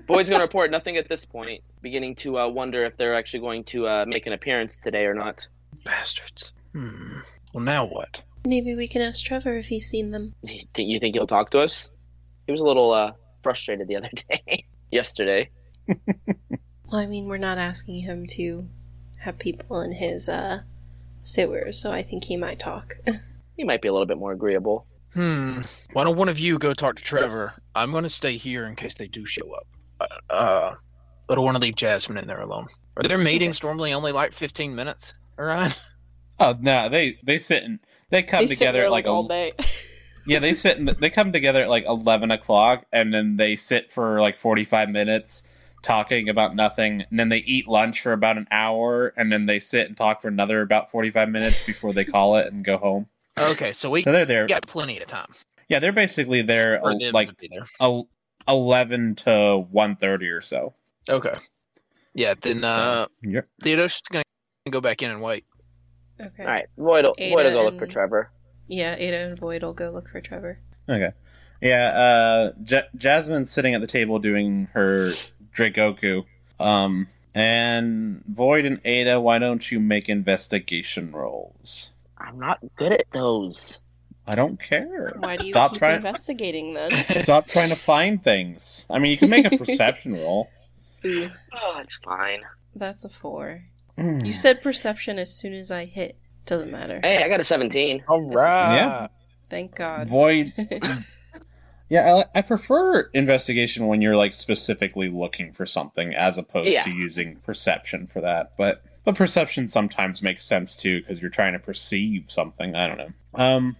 [SPEAKER 6] Boyd's going to report nothing at this point. Beginning to uh, wonder if they're actually going to uh, make an appearance today or not.
[SPEAKER 5] Bastards. Hmm. Well now what?
[SPEAKER 7] Maybe we can ask Trevor if he's seen them.
[SPEAKER 6] Do you think he'll talk to us? He was a little uh, frustrated the other day. Yesterday.
[SPEAKER 7] Well, I mean, we're not asking him to have people in his uh, sewers, so I think he might talk.
[SPEAKER 6] He might be a little bit more agreeable.
[SPEAKER 5] Hmm. Why don't one of you go talk to Trevor? I'm going to stay here in case they do show up. Uh, Uh, I don't want to leave Jasmine in there alone. Are their meetings normally only like 15 minutes? All right.
[SPEAKER 4] Oh no, they they sit and they come
[SPEAKER 8] They sit
[SPEAKER 4] together
[SPEAKER 8] there
[SPEAKER 4] at like
[SPEAKER 8] like
[SPEAKER 4] a-
[SPEAKER 8] all day.
[SPEAKER 4] Yeah, they sit. In the, they come together at like eleven o'clock, and then they sit for like forty-five minutes talking about nothing. And then they eat lunch for about an hour, and then they sit and talk for another about forty-five minutes before they call it and go home.
[SPEAKER 5] Okay, so we
[SPEAKER 4] So they're there. Yeah,
[SPEAKER 5] got plenty of time.
[SPEAKER 4] they're basically there
[SPEAKER 5] for
[SPEAKER 4] uh,
[SPEAKER 5] them
[SPEAKER 4] like
[SPEAKER 5] to be there.
[SPEAKER 4] el- eleven to one thirty or so.
[SPEAKER 5] Okay. Yeah, then uh,
[SPEAKER 4] Yep.
[SPEAKER 5] Theodosius is going to go back in and wait.
[SPEAKER 7] okay.
[SPEAKER 6] All right, Void, will- Void will
[SPEAKER 7] Ada
[SPEAKER 6] go look for
[SPEAKER 7] and-
[SPEAKER 6] Trevor.
[SPEAKER 7] Yeah, Ada and Void will go look for Trevor.
[SPEAKER 4] Okay. Yeah, uh, J- Jasmine's sitting at the table doing her Dracoku. Um, and Void and Ada, why don't you make investigation rolls?
[SPEAKER 6] I'm not good at those.
[SPEAKER 4] I don't care.
[SPEAKER 7] Why do you
[SPEAKER 4] Stop
[SPEAKER 7] keep
[SPEAKER 4] trying-
[SPEAKER 7] investigating then?
[SPEAKER 4] Stop trying to find things. I mean, you can make a perception roll.
[SPEAKER 7] Ooh,
[SPEAKER 6] Oh, it's fine.
[SPEAKER 7] that's a four.
[SPEAKER 4] Mm.
[SPEAKER 5] Hmm.
[SPEAKER 7] You said perception as soon as I hit. Doesn't matter.
[SPEAKER 6] Hey, I got a 17.
[SPEAKER 5] All
[SPEAKER 7] right.
[SPEAKER 4] Yeah.
[SPEAKER 7] Thank God.
[SPEAKER 4] Void. Yeah, I, I prefer investigation when you're like specifically looking for something as opposed
[SPEAKER 6] Yeah.
[SPEAKER 4] to using perception for that. But but perception sometimes makes sense too because you're trying to perceive something. I don't know. Um,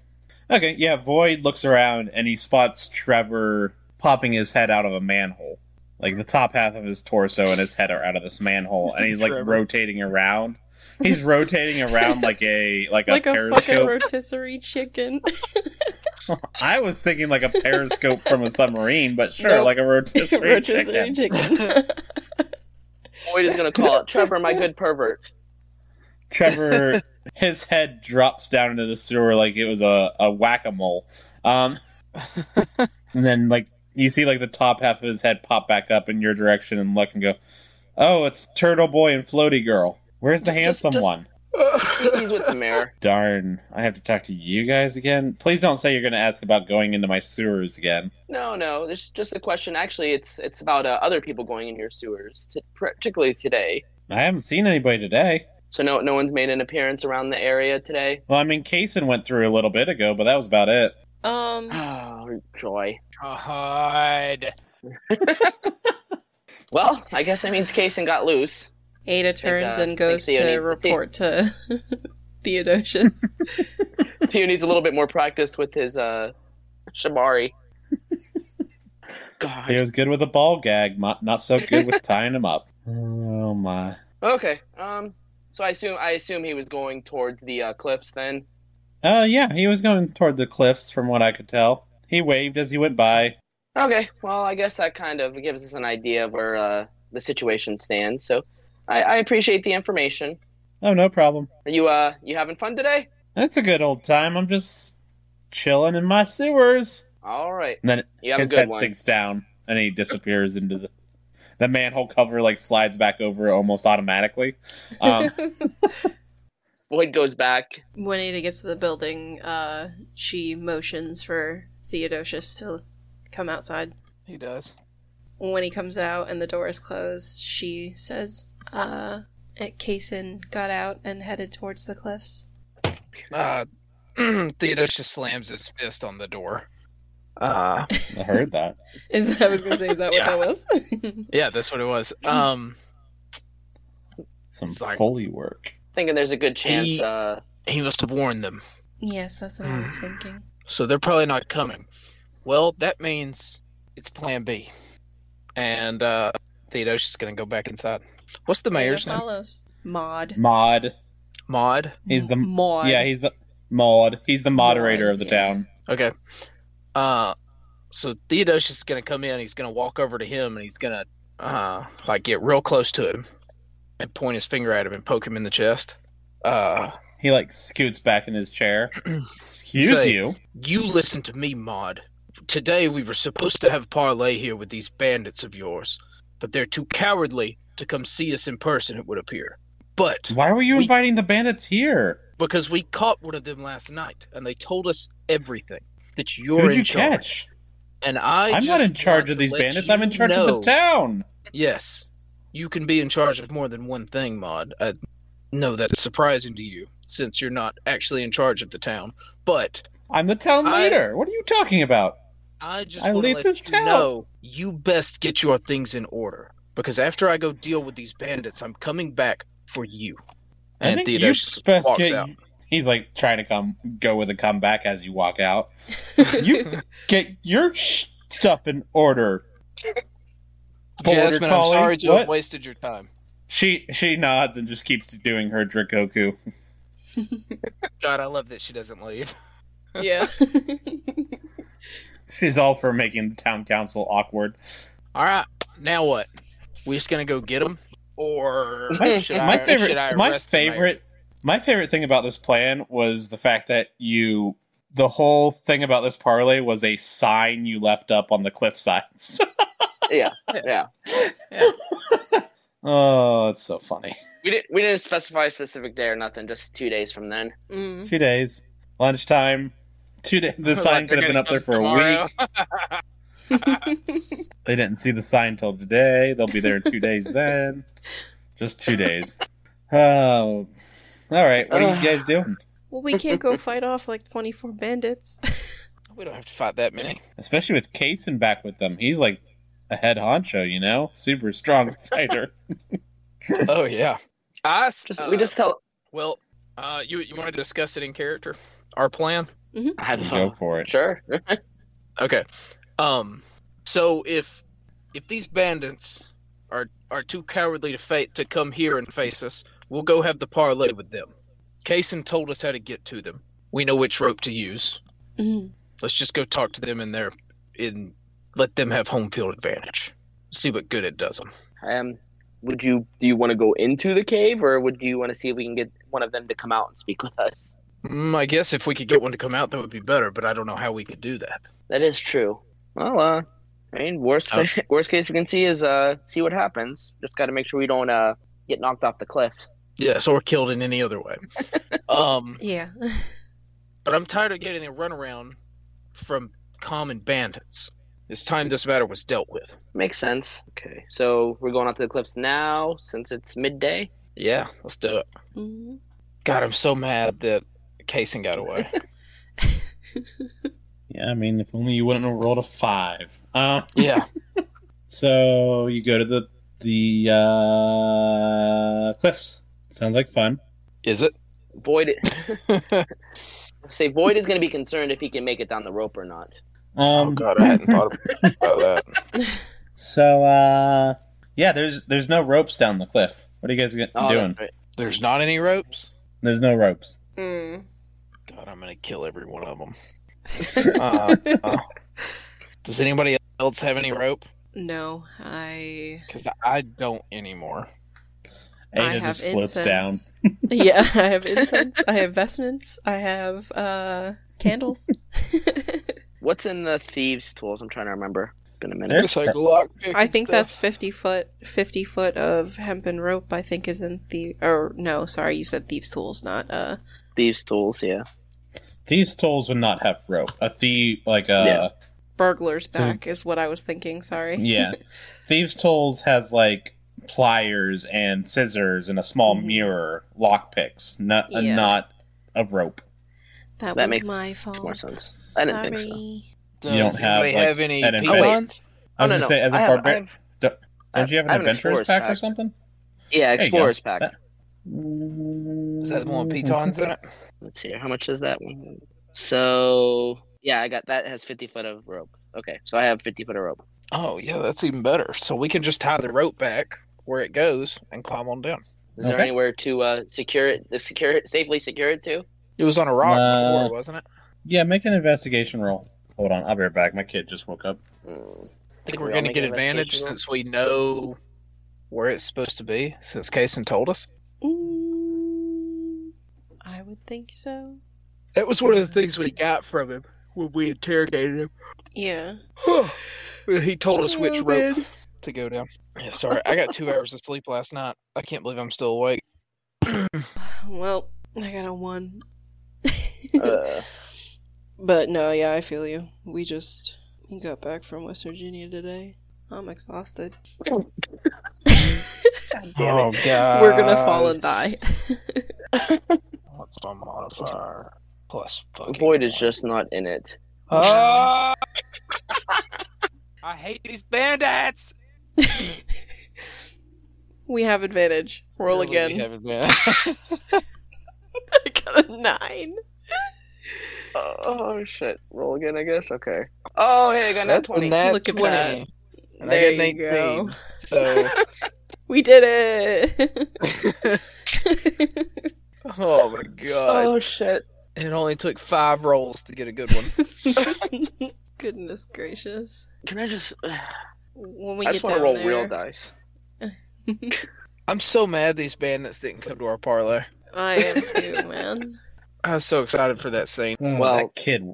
[SPEAKER 4] okay, yeah. Void looks around and he spots Trevor popping his head out of a manhole. Like the top half of his torso and his head are out of this manhole, and he's like
[SPEAKER 5] Trevor.
[SPEAKER 4] rotating around. He's rotating around like a like a
[SPEAKER 7] like a fucking
[SPEAKER 4] periscope.
[SPEAKER 7] rotisserie chicken.
[SPEAKER 4] I was thinking like a periscope from a submarine, but sure,
[SPEAKER 7] Nope.
[SPEAKER 4] like a rotisserie,
[SPEAKER 7] rotisserie
[SPEAKER 4] chicken.
[SPEAKER 7] chicken.
[SPEAKER 6] Void is going to call it Trevor, my good pervert.
[SPEAKER 4] Trevor, his head drops down into the sewer like it was a, a whack a mole. Um, and then, like, you see, like, the top half of his head pop back up in your direction and look and go, Oh, it's Turtle Boy and Floaty Girl. Where's the
[SPEAKER 6] Just-
[SPEAKER 4] handsome
[SPEAKER 6] just-
[SPEAKER 4] one?
[SPEAKER 6] He's with the mayor.
[SPEAKER 4] Darn, I have to talk to you guys again. Please don't say you're going to ask about going into my sewers again.
[SPEAKER 6] No, no. This is just a question. Actually, it's it's about uh, other people going in your sewers, t- particularly today.
[SPEAKER 4] I haven't seen anybody today.
[SPEAKER 6] So no, no one's made an appearance around the area today.
[SPEAKER 4] Well, I mean, Kaysen went through a little bit ago, but that was about it.
[SPEAKER 7] um,
[SPEAKER 6] Oh, joy.
[SPEAKER 5] God.
[SPEAKER 6] Well, I guess that means Kason got loose.
[SPEAKER 7] Ada turns
[SPEAKER 6] uh,
[SPEAKER 7] and goes
[SPEAKER 6] think Theo
[SPEAKER 7] to
[SPEAKER 6] needs-
[SPEAKER 7] report to Theodosius.
[SPEAKER 6] Theo needs a little bit more practice with his uh, shibari.
[SPEAKER 4] He
[SPEAKER 6] God.
[SPEAKER 4] was good with a ball gag, mo- not so good with tying him up. Oh my!
[SPEAKER 6] Okay. Um. So I assume I assume he was going towards the uh, cliffs then.
[SPEAKER 4] Uh, yeah, he was going toward the cliffs, from what I could tell. He waved as he went by.
[SPEAKER 6] Okay. Well, I guess that kind of gives us an idea of where uh, the situation stands. So, I, I appreciate the information.
[SPEAKER 4] Oh, no problem.
[SPEAKER 6] You uh, you having fun today?
[SPEAKER 4] That's a good old time. I'm just chilling in my sewers.
[SPEAKER 6] All right.
[SPEAKER 4] And then
[SPEAKER 6] You have
[SPEAKER 4] his
[SPEAKER 6] a good
[SPEAKER 4] head
[SPEAKER 6] one.
[SPEAKER 4] sinks down, and he disappears into the the manhole cover. Like slides back over almost automatically. Um,
[SPEAKER 6] Boyd goes back.
[SPEAKER 7] when Ada gets to the building, uh, she motions for Theodosius to come outside.
[SPEAKER 5] He does.
[SPEAKER 7] When he comes out and the door is closed, she says, uh, Kason got out and headed towards the cliffs.
[SPEAKER 5] Uh, Theodosius slams his fist on the door. Uh,
[SPEAKER 4] I heard that.
[SPEAKER 7] Is that, I was gonna say, is that
[SPEAKER 5] Yeah.
[SPEAKER 7] what that was?
[SPEAKER 5] yeah, that's what it was. Um,
[SPEAKER 4] Some
[SPEAKER 5] It's like-
[SPEAKER 4] Foley work.
[SPEAKER 6] thinking there's a good chance.
[SPEAKER 5] He-
[SPEAKER 6] uh,
[SPEAKER 5] He must have warned them.
[SPEAKER 7] Yes, that's what I was
[SPEAKER 5] Hmm.
[SPEAKER 7] thinking.
[SPEAKER 5] So they're probably not coming. Well, that means it's plan B. And uh Theodosia's gonna go back inside. What's the mayor's name?
[SPEAKER 7] follows. Mod.
[SPEAKER 4] Mod.
[SPEAKER 5] Maud.
[SPEAKER 4] He's the
[SPEAKER 7] Mod.
[SPEAKER 4] yeah. He's the Mod. He's the moderator
[SPEAKER 7] Mod,
[SPEAKER 4] of the
[SPEAKER 7] yeah.
[SPEAKER 4] town.
[SPEAKER 5] Okay. Uh so Theodosius is gonna come in, he's gonna walk over to him and he's gonna uh like get real close to him and point his finger at him and poke him in the chest. Uh
[SPEAKER 4] He like scoots back in his chair. Excuse
[SPEAKER 5] Say-
[SPEAKER 4] you.
[SPEAKER 5] you listen to me, Maud. Today we were supposed to have parlay here with these bandits of yours, but they're too cowardly to come see us in person, it would appear. But
[SPEAKER 4] Why were you
[SPEAKER 5] We-
[SPEAKER 4] inviting the bandits here?
[SPEAKER 5] because we caught one of them last night and they told us everything that
[SPEAKER 4] Who
[SPEAKER 5] you're
[SPEAKER 4] did
[SPEAKER 5] in
[SPEAKER 4] you
[SPEAKER 5] charge
[SPEAKER 4] catch?
[SPEAKER 5] and i
[SPEAKER 4] I'm not
[SPEAKER 5] just
[SPEAKER 4] in charge
[SPEAKER 5] want
[SPEAKER 4] of
[SPEAKER 5] to
[SPEAKER 4] these
[SPEAKER 5] let
[SPEAKER 4] bandits.
[SPEAKER 5] you
[SPEAKER 4] I'm in charge
[SPEAKER 5] know-
[SPEAKER 4] of the town.
[SPEAKER 5] yes you can be in charge of more than one thing mod i know that's surprising to you since you're not actually in charge of the town but
[SPEAKER 4] I'm the town
[SPEAKER 5] I-
[SPEAKER 4] leader. What are you talking about?
[SPEAKER 5] I just
[SPEAKER 4] I
[SPEAKER 5] want to
[SPEAKER 4] lead
[SPEAKER 5] let
[SPEAKER 4] this
[SPEAKER 5] you
[SPEAKER 4] town.
[SPEAKER 5] know you best get your things in order because after I go deal with these bandits, I'm coming back for you.
[SPEAKER 4] I
[SPEAKER 5] And
[SPEAKER 4] think you
[SPEAKER 5] Theodosius
[SPEAKER 4] best
[SPEAKER 5] walks
[SPEAKER 4] get-
[SPEAKER 5] out.
[SPEAKER 4] He's like trying to come go with a comeback as you walk out. You get your sh- stuff in order. Border
[SPEAKER 5] Jasmine, I'm
[SPEAKER 4] collie?
[SPEAKER 5] sorry to
[SPEAKER 4] What?
[SPEAKER 5] have wasted your time.
[SPEAKER 4] She she nods and just keeps doing her Dracoku.
[SPEAKER 5] God, I love that she doesn't leave.
[SPEAKER 7] Yeah.
[SPEAKER 4] She's all for making the town council awkward.
[SPEAKER 5] All right, now what? We just gonna go get them, or
[SPEAKER 4] My,
[SPEAKER 5] should I,
[SPEAKER 4] my favorite,
[SPEAKER 5] Uh, should I
[SPEAKER 4] my
[SPEAKER 5] arrest the mayor?
[SPEAKER 4] favorite, my favorite thing about this plan was the fact that you. The whole thing about this parlay was a sign you left up on the cliff sides.
[SPEAKER 6] yeah, yeah.
[SPEAKER 4] oh, it's so funny.
[SPEAKER 6] We didn't we didn't specify a specific day or nothing. Just two days from then.
[SPEAKER 7] Mm.
[SPEAKER 4] Two days, lunchtime. Two days. The
[SPEAKER 5] Mm-hmm. Like,
[SPEAKER 4] sign
[SPEAKER 5] they're
[SPEAKER 4] could have been
[SPEAKER 5] gonna
[SPEAKER 4] up there for a
[SPEAKER 5] come tomorrow.
[SPEAKER 4] week. They didn't see the sign till today. They'll be there in two days then. Just two days. Oh, all right. What are you guys doing?
[SPEAKER 7] Well, we can't go fight off like 24 bandits.
[SPEAKER 5] We don't have to fight that many.
[SPEAKER 4] Especially with Kason back with them, he's like a head honcho. You know, super strong fighter.
[SPEAKER 5] Oh yeah, I s-
[SPEAKER 6] Just
[SPEAKER 5] uh,
[SPEAKER 6] we just tell.
[SPEAKER 5] well, uh, you you want to discuss it in character? Our plan.
[SPEAKER 6] I don't
[SPEAKER 4] Go
[SPEAKER 6] know.
[SPEAKER 4] for it.
[SPEAKER 6] Sure.
[SPEAKER 5] Okay. Um so if if these bandits are are too cowardly to fa- to come here and face us, we'll go have the parlay with them. Kaysen told us how to get to them. We know which rope to use.
[SPEAKER 7] Mm.
[SPEAKER 5] Let's just go talk to them in their in let them have home field advantage. See what good it does them.
[SPEAKER 6] Um, would you do you want to go into the cave or would you want to see if we can get one of them to come out and speak with us?
[SPEAKER 5] Mm, I guess if we could get one to come out, that would be better. But I don't know how we could do that.
[SPEAKER 6] That is true. Well, uh, I mean, worst
[SPEAKER 5] Oh.
[SPEAKER 6] worst case we can see is uh, see what happens. Just got to make sure we don't uh get knocked off the cliff.
[SPEAKER 5] Yes, or killed in any other way. um,
[SPEAKER 7] Yeah.
[SPEAKER 5] But I'm tired of getting a runaround from common bandits. It's time this matter was dealt with.
[SPEAKER 6] Makes sense. Okay, so we're going out to the cliffs now since it's midday.
[SPEAKER 5] Yeah, let's do it.
[SPEAKER 7] Mm.
[SPEAKER 5] God, I'm so mad that Casing got away.
[SPEAKER 4] Yeah, I mean, if only you wouldn't have rolled a five. Uh,
[SPEAKER 5] yeah.
[SPEAKER 4] so you go to the the uh, cliffs. Sounds like fun.
[SPEAKER 5] Is it? Um,
[SPEAKER 6] Void. Say Void is going to be concerned if he can make it down the rope or not.
[SPEAKER 4] Um,
[SPEAKER 5] oh God, I hadn't thought about that.
[SPEAKER 4] So uh yeah, there's there's no ropes down the cliff. What are you guys get,
[SPEAKER 6] Oh, that's
[SPEAKER 4] doing?
[SPEAKER 6] right.
[SPEAKER 5] There's not any ropes.
[SPEAKER 4] There's no ropes.
[SPEAKER 7] Mm.
[SPEAKER 5] God, I'm gonna kill every one of them. Uh, uh. Does anybody else have any rope?
[SPEAKER 7] No, I.
[SPEAKER 5] Because I don't anymore.
[SPEAKER 7] I
[SPEAKER 4] Ada
[SPEAKER 7] have
[SPEAKER 4] just floats
[SPEAKER 7] incense. yeah, I have incense. I have vestments. I have uh candles.
[SPEAKER 6] What's in the thieves' tools? I'm trying to remember. It's been a minute.
[SPEAKER 4] There's- It's like
[SPEAKER 7] I think that's fifty foot. Fifty foot of hempen rope. I think is in the. Or no, sorry, you said thieves' tools, not uh.
[SPEAKER 6] Thieves' tools. Yeah.
[SPEAKER 4] down. These tolls would not have rope. A thief like uh
[SPEAKER 7] Burglar's back is what I was thinking. Sorry.
[SPEAKER 4] yeah. Thieves tolls has like pliers and scissors and a small
[SPEAKER 7] Mhm.
[SPEAKER 6] Mm-hmm.
[SPEAKER 4] mirror, lock picks, not a
[SPEAKER 7] Yeah.
[SPEAKER 4] not a rope.
[SPEAKER 7] That,
[SPEAKER 6] That
[SPEAKER 7] was
[SPEAKER 6] makes
[SPEAKER 7] my fault.
[SPEAKER 6] more sense. I
[SPEAKER 7] Sorry.
[SPEAKER 6] didn't think so.
[SPEAKER 5] Does
[SPEAKER 4] You don't have,
[SPEAKER 5] anybody
[SPEAKER 4] like,
[SPEAKER 5] have any
[SPEAKER 4] an
[SPEAKER 6] advantage.
[SPEAKER 5] pitons?
[SPEAKER 4] I was
[SPEAKER 6] Oh,
[SPEAKER 4] gonna say as a
[SPEAKER 6] I have- I
[SPEAKER 4] barbarian
[SPEAKER 6] have- I
[SPEAKER 4] don't you have
[SPEAKER 6] I
[SPEAKER 4] an adventurer's
[SPEAKER 6] explorer's
[SPEAKER 4] pack, or something?
[SPEAKER 6] Yeah,
[SPEAKER 4] There you go.
[SPEAKER 6] explorer's pack.
[SPEAKER 4] Mm,
[SPEAKER 5] Is that the one with pitons in it?
[SPEAKER 6] Let's see. here. How much is that one? So yeah, I got that has fifty foot of rope. Okay, so I have fifty foot of rope.
[SPEAKER 5] Oh yeah, that's even better. So we can just tie the rope back where it goes and climb on down.
[SPEAKER 6] Is there
[SPEAKER 4] Okay.
[SPEAKER 6] anywhere to uh, secure it? The secure it safely secure it to?
[SPEAKER 5] It was on a rock
[SPEAKER 4] Uh,
[SPEAKER 5] before, wasn't it?
[SPEAKER 4] Yeah, make an investigation roll. Hold on, I'll be right back. My kid just woke up.
[SPEAKER 6] Mm.
[SPEAKER 5] I think
[SPEAKER 6] we
[SPEAKER 5] we're
[SPEAKER 6] all
[SPEAKER 5] going to
[SPEAKER 6] make
[SPEAKER 5] get
[SPEAKER 6] an
[SPEAKER 5] advantage
[SPEAKER 6] investigation roll?
[SPEAKER 5] since we know where it's supposed to be, since Kaysen told us.
[SPEAKER 7] Mm, I would think so.
[SPEAKER 5] That was one of the things we got from him when we interrogated him.
[SPEAKER 7] Yeah.
[SPEAKER 5] he told us which
[SPEAKER 4] Oh,
[SPEAKER 5] rope to go down. Yeah, sorry, I got two hours of sleep last night. I can't believe I'm still awake.
[SPEAKER 7] Well, I got a one.
[SPEAKER 6] Uh,
[SPEAKER 7] But no, yeah, I feel you. We just got back from West Virginia today. I'm exhausted.
[SPEAKER 4] Oh,
[SPEAKER 6] damn it.
[SPEAKER 5] god,
[SPEAKER 7] We're gonna fall and die.
[SPEAKER 5] What's my modifier? Plus fucking.
[SPEAKER 6] Void is just not in it.
[SPEAKER 5] Ah! I hate these bandits.
[SPEAKER 7] we have advantage. Roll
[SPEAKER 5] Really, we
[SPEAKER 7] again.
[SPEAKER 5] haven't been-
[SPEAKER 7] I got a nine.
[SPEAKER 6] Oh, oh shit! Roll again, I guess. Okay. Oh hey, I got another
[SPEAKER 5] That's
[SPEAKER 6] twenty.
[SPEAKER 5] a nat
[SPEAKER 7] Look at
[SPEAKER 5] 20.
[SPEAKER 7] that.
[SPEAKER 5] And
[SPEAKER 7] There
[SPEAKER 5] I got an 18.
[SPEAKER 7] you go.
[SPEAKER 5] So,
[SPEAKER 7] We did it.
[SPEAKER 5] oh my god.
[SPEAKER 6] Oh shit!
[SPEAKER 5] It only took five rolls to get a good one.
[SPEAKER 7] Goodness gracious.
[SPEAKER 6] Can I just?
[SPEAKER 7] When we
[SPEAKER 6] I
[SPEAKER 7] get
[SPEAKER 6] just
[SPEAKER 7] down
[SPEAKER 6] want to roll
[SPEAKER 7] there,
[SPEAKER 6] real dice.
[SPEAKER 5] I'm so mad these bandits didn't come to our parlay.
[SPEAKER 7] I am too, man.
[SPEAKER 5] I was so excited for that scene.
[SPEAKER 4] Oh,
[SPEAKER 6] Well-
[SPEAKER 4] that kid,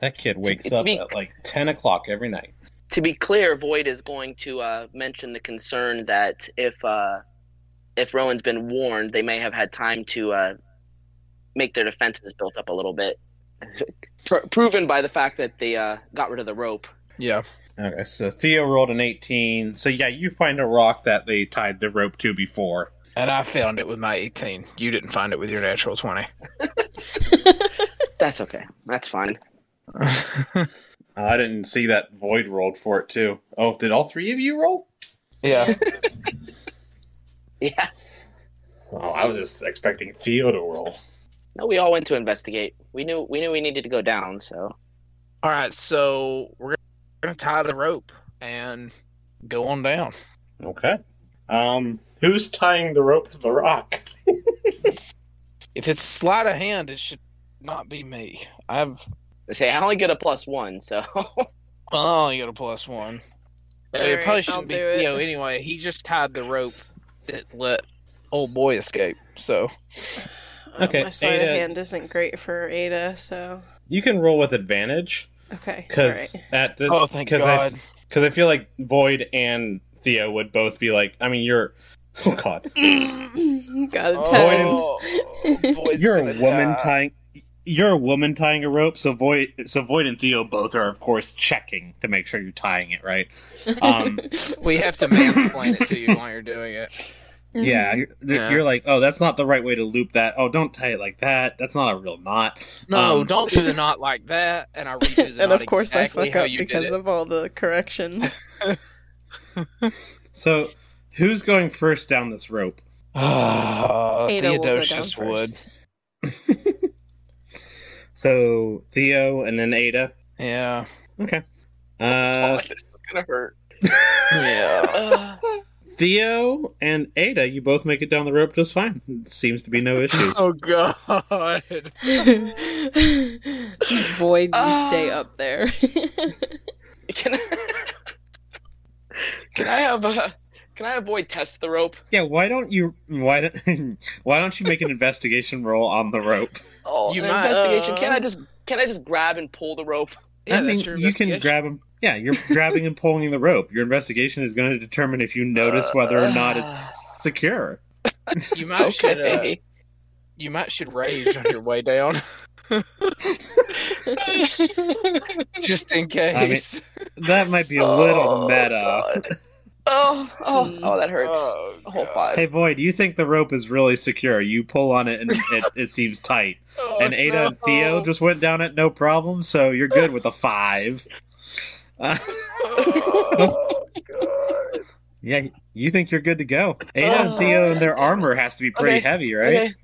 [SPEAKER 4] that kid wakes
[SPEAKER 6] It'd
[SPEAKER 4] up
[SPEAKER 6] be-
[SPEAKER 4] at like ten o'clock every night.
[SPEAKER 6] to be clear, Void is going to uh, mention the concern that if uh, if Rowan's been warned, they may have had time to uh, make their defenses built up a little bit, Pro- proven by the fact that they uh, got rid of the rope.
[SPEAKER 5] Yeah.
[SPEAKER 4] Okay, so Theo rolled an eighteen. So yeah, you find a rock that they tied the rope to before.
[SPEAKER 5] And I found it with my 18. You didn't find it with your natural 20.
[SPEAKER 6] That's okay. That's fine.
[SPEAKER 4] Uh, I didn't see that Void rolled for it too. Oh, did all three of you roll?
[SPEAKER 5] yeah.
[SPEAKER 6] Yeah.
[SPEAKER 4] Oh, I was just expecting Theo to roll.
[SPEAKER 6] No, we all went to investigate. We knew we knew we needed to go down. So
[SPEAKER 5] All right. So we're going to tie the rope and go on down.
[SPEAKER 4] Okay. Um, who's tying the rope to the rock?
[SPEAKER 5] If it's sleight of hand, it should not be me. I've.
[SPEAKER 6] They say I only get a plus one. So
[SPEAKER 5] Oh, you got a plus one.
[SPEAKER 7] All
[SPEAKER 5] it
[SPEAKER 7] right,
[SPEAKER 5] probably
[SPEAKER 7] I'll
[SPEAKER 5] shouldn't be
[SPEAKER 7] do it.
[SPEAKER 5] Theo anyway. He just tied the rope that let old boy escape. So
[SPEAKER 4] Okay,
[SPEAKER 7] Um, my sleight of
[SPEAKER 4] Ada-
[SPEAKER 7] hand isn't great for Ada, so
[SPEAKER 4] You can roll with advantage
[SPEAKER 7] okay.
[SPEAKER 4] because at this
[SPEAKER 5] Oh, thank
[SPEAKER 4] cause I,
[SPEAKER 5] God.
[SPEAKER 4] because I feel like Void and Theo would both be like. I mean, you're. Oh God,
[SPEAKER 7] Alright. got a ten.
[SPEAKER 5] Oh, boy's
[SPEAKER 4] you're a
[SPEAKER 5] gonna
[SPEAKER 4] woman
[SPEAKER 5] die.
[SPEAKER 4] tying. You're a woman tying a rope, so Void, so Void and Theo both are, of course, checking to make sure you're tying it right. Um,
[SPEAKER 5] We have to mansplain it to you while you're doing it.
[SPEAKER 4] yeah, you're,
[SPEAKER 5] Yeah.
[SPEAKER 4] you're like, oh, that's not the right way to loop that. Oh, don't tie it like that. That's not a real knot.
[SPEAKER 5] No,
[SPEAKER 4] Um,
[SPEAKER 5] don't do the knot like that. And I redo the knot
[SPEAKER 7] and of course
[SPEAKER 5] exactly
[SPEAKER 7] I fuck
[SPEAKER 5] how
[SPEAKER 7] up
[SPEAKER 5] you did
[SPEAKER 7] because
[SPEAKER 5] it.
[SPEAKER 7] of all the corrections.
[SPEAKER 4] So, who's going first down this rope? Uh,
[SPEAKER 5] Ah,
[SPEAKER 7] Ada will go down
[SPEAKER 5] Theodosius would.
[SPEAKER 7] first.
[SPEAKER 4] So Theo and then Ada.
[SPEAKER 5] Yeah,
[SPEAKER 4] Uh,
[SPEAKER 6] this is gonna hurt. Uh,
[SPEAKER 5] yeah.
[SPEAKER 4] Theo and Ada, you both make it down the rope just fine. Seems to be no issues.
[SPEAKER 5] Oh God.
[SPEAKER 7] Void, you stay
[SPEAKER 6] Ah.
[SPEAKER 7] up there.
[SPEAKER 6] can I, can I have a can I avoid test the rope?
[SPEAKER 4] Yeah, why don't you why don't why don't you make an investigation roll on the rope?
[SPEAKER 6] Oh,
[SPEAKER 5] You
[SPEAKER 6] an
[SPEAKER 5] might-
[SPEAKER 6] investigation. Can I
[SPEAKER 7] Uh.
[SPEAKER 6] just can I just grab and pull the rope?
[SPEAKER 5] Yeah,
[SPEAKER 4] I
[SPEAKER 5] that's
[SPEAKER 4] mean,
[SPEAKER 5] your
[SPEAKER 4] you can
[SPEAKER 5] investigation.
[SPEAKER 4] grab him. Yeah, you're grabbing and pulling the rope. Your investigation is going to determine if you notice whether or not
[SPEAKER 5] Uh.
[SPEAKER 4] it's secure.
[SPEAKER 5] You might should. Uh, you might should rage on your way down, just in case.
[SPEAKER 4] That might be a
[SPEAKER 6] Oh,
[SPEAKER 4] little meta.
[SPEAKER 6] God. Oh, oh,
[SPEAKER 7] Mm.
[SPEAKER 6] oh, that hurts.
[SPEAKER 4] uh,
[SPEAKER 5] Oh,
[SPEAKER 6] A whole five.
[SPEAKER 4] Hey, Void, you think the rope is really secure? You pull on it and it, it seems tight.
[SPEAKER 6] Oh,
[SPEAKER 4] and Ada and Theo just went down it no problem, so you're good with a five. Uh, Yeah, you think you're good to go. Ada and Theo and their armor has to be pretty
[SPEAKER 6] Oh. Okay.
[SPEAKER 4] heavy, right?
[SPEAKER 6] Okay.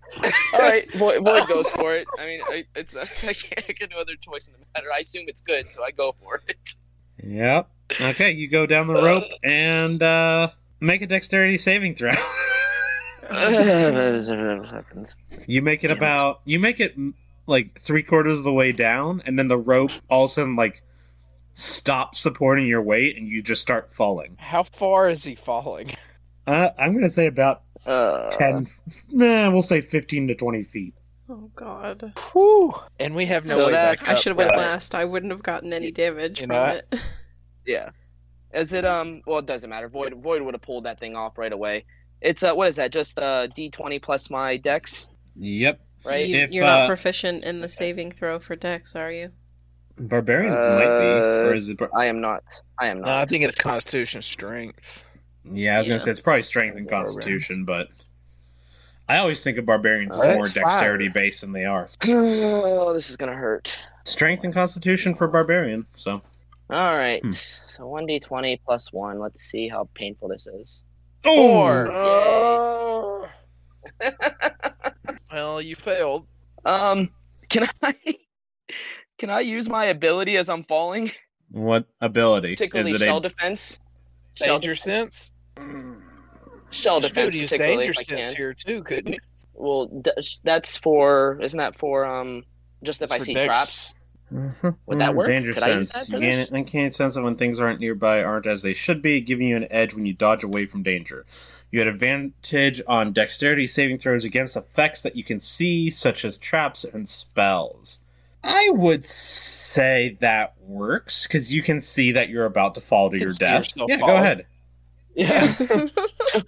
[SPEAKER 6] All right, Void, Void goes for it. I mean, I, it's I can't I get no other choice in the matter. I assume it's good, so I go for it.
[SPEAKER 4] Yep. Okay, you go down the rope and uh, make a dexterity saving throw. you make it about you make it m- like three quarters of the way down, and then the rope all of a sudden like stops supporting your weight, and you just start falling.
[SPEAKER 8] How far is he falling?
[SPEAKER 4] Uh, I'm gonna say about
[SPEAKER 6] Uh,
[SPEAKER 4] ten. Nah, we'll say fifteen to twenty feet.
[SPEAKER 7] Oh god.
[SPEAKER 8] Whew. And we have no
[SPEAKER 6] So
[SPEAKER 8] way
[SPEAKER 6] that-
[SPEAKER 8] back
[SPEAKER 7] I
[SPEAKER 8] up,
[SPEAKER 7] should have went
[SPEAKER 8] guys.
[SPEAKER 7] last. I wouldn't have gotten any damage
[SPEAKER 8] You
[SPEAKER 7] from
[SPEAKER 8] know what?
[SPEAKER 7] it.
[SPEAKER 6] Yeah. Is it um? Well, it doesn't matter. Void Void would have pulled that thing off right away. It's uh, what is that? Just uh, D20 plus my dex,
[SPEAKER 4] Yep.
[SPEAKER 6] right?
[SPEAKER 7] You,
[SPEAKER 4] If,
[SPEAKER 7] you're not
[SPEAKER 4] uh,
[SPEAKER 7] proficient in the saving throw for dex, are you?
[SPEAKER 4] Barbarians might be, or
[SPEAKER 6] Uh,
[SPEAKER 4] is it? bar-
[SPEAKER 6] I am not. I am
[SPEAKER 5] No, I
[SPEAKER 6] not.
[SPEAKER 5] think it's Constitution strength.
[SPEAKER 4] Yeah, I was
[SPEAKER 7] Yeah.
[SPEAKER 4] gonna say it's probably strength and
[SPEAKER 6] Barbarians.
[SPEAKER 4] constitution, but I always think of barbarians as
[SPEAKER 5] That's
[SPEAKER 4] more
[SPEAKER 5] fine.
[SPEAKER 4] dexterity based than they are.
[SPEAKER 6] oh, this is gonna hurt.
[SPEAKER 4] Strength and constitution for barbarian. So
[SPEAKER 6] All right.
[SPEAKER 4] Hmm.
[SPEAKER 6] So one D20 plus one. Let's see how painful this is.
[SPEAKER 4] Four. Ah.
[SPEAKER 5] Oh. well, you failed.
[SPEAKER 6] Um, can I? Can I use my ability as I'm falling?
[SPEAKER 4] What ability
[SPEAKER 6] Particularly
[SPEAKER 4] is it?
[SPEAKER 6] shell
[SPEAKER 4] A,
[SPEAKER 6] defense. Shell,
[SPEAKER 5] Danger sense.
[SPEAKER 6] shell
[SPEAKER 5] You
[SPEAKER 6] defense,
[SPEAKER 5] could use
[SPEAKER 6] particularly
[SPEAKER 5] danger
[SPEAKER 6] if I
[SPEAKER 5] sense
[SPEAKER 6] can.
[SPEAKER 5] here too, couldn't you?
[SPEAKER 6] Well, d- sh- that's for. Isn't that for um? Just if
[SPEAKER 5] It's
[SPEAKER 6] I
[SPEAKER 5] for
[SPEAKER 6] see
[SPEAKER 5] dex.
[SPEAKER 6] traps. Would that work?
[SPEAKER 4] Mm, Danger
[SPEAKER 6] Could I use
[SPEAKER 4] sense.
[SPEAKER 6] that for
[SPEAKER 4] you
[SPEAKER 6] this?
[SPEAKER 4] gain an uncanny sense of when things aren't nearby aren't as they should be, giving you an edge when you dodge away from danger. You had advantage on dexterity saving throws against effects that you can see, such as traps and spells. I would say that works because you can see that you're about to fall to
[SPEAKER 5] You
[SPEAKER 4] your
[SPEAKER 5] can
[SPEAKER 4] death.
[SPEAKER 5] see yourself
[SPEAKER 4] Yeah, go
[SPEAKER 5] fall.
[SPEAKER 4] ahead.
[SPEAKER 8] Yeah.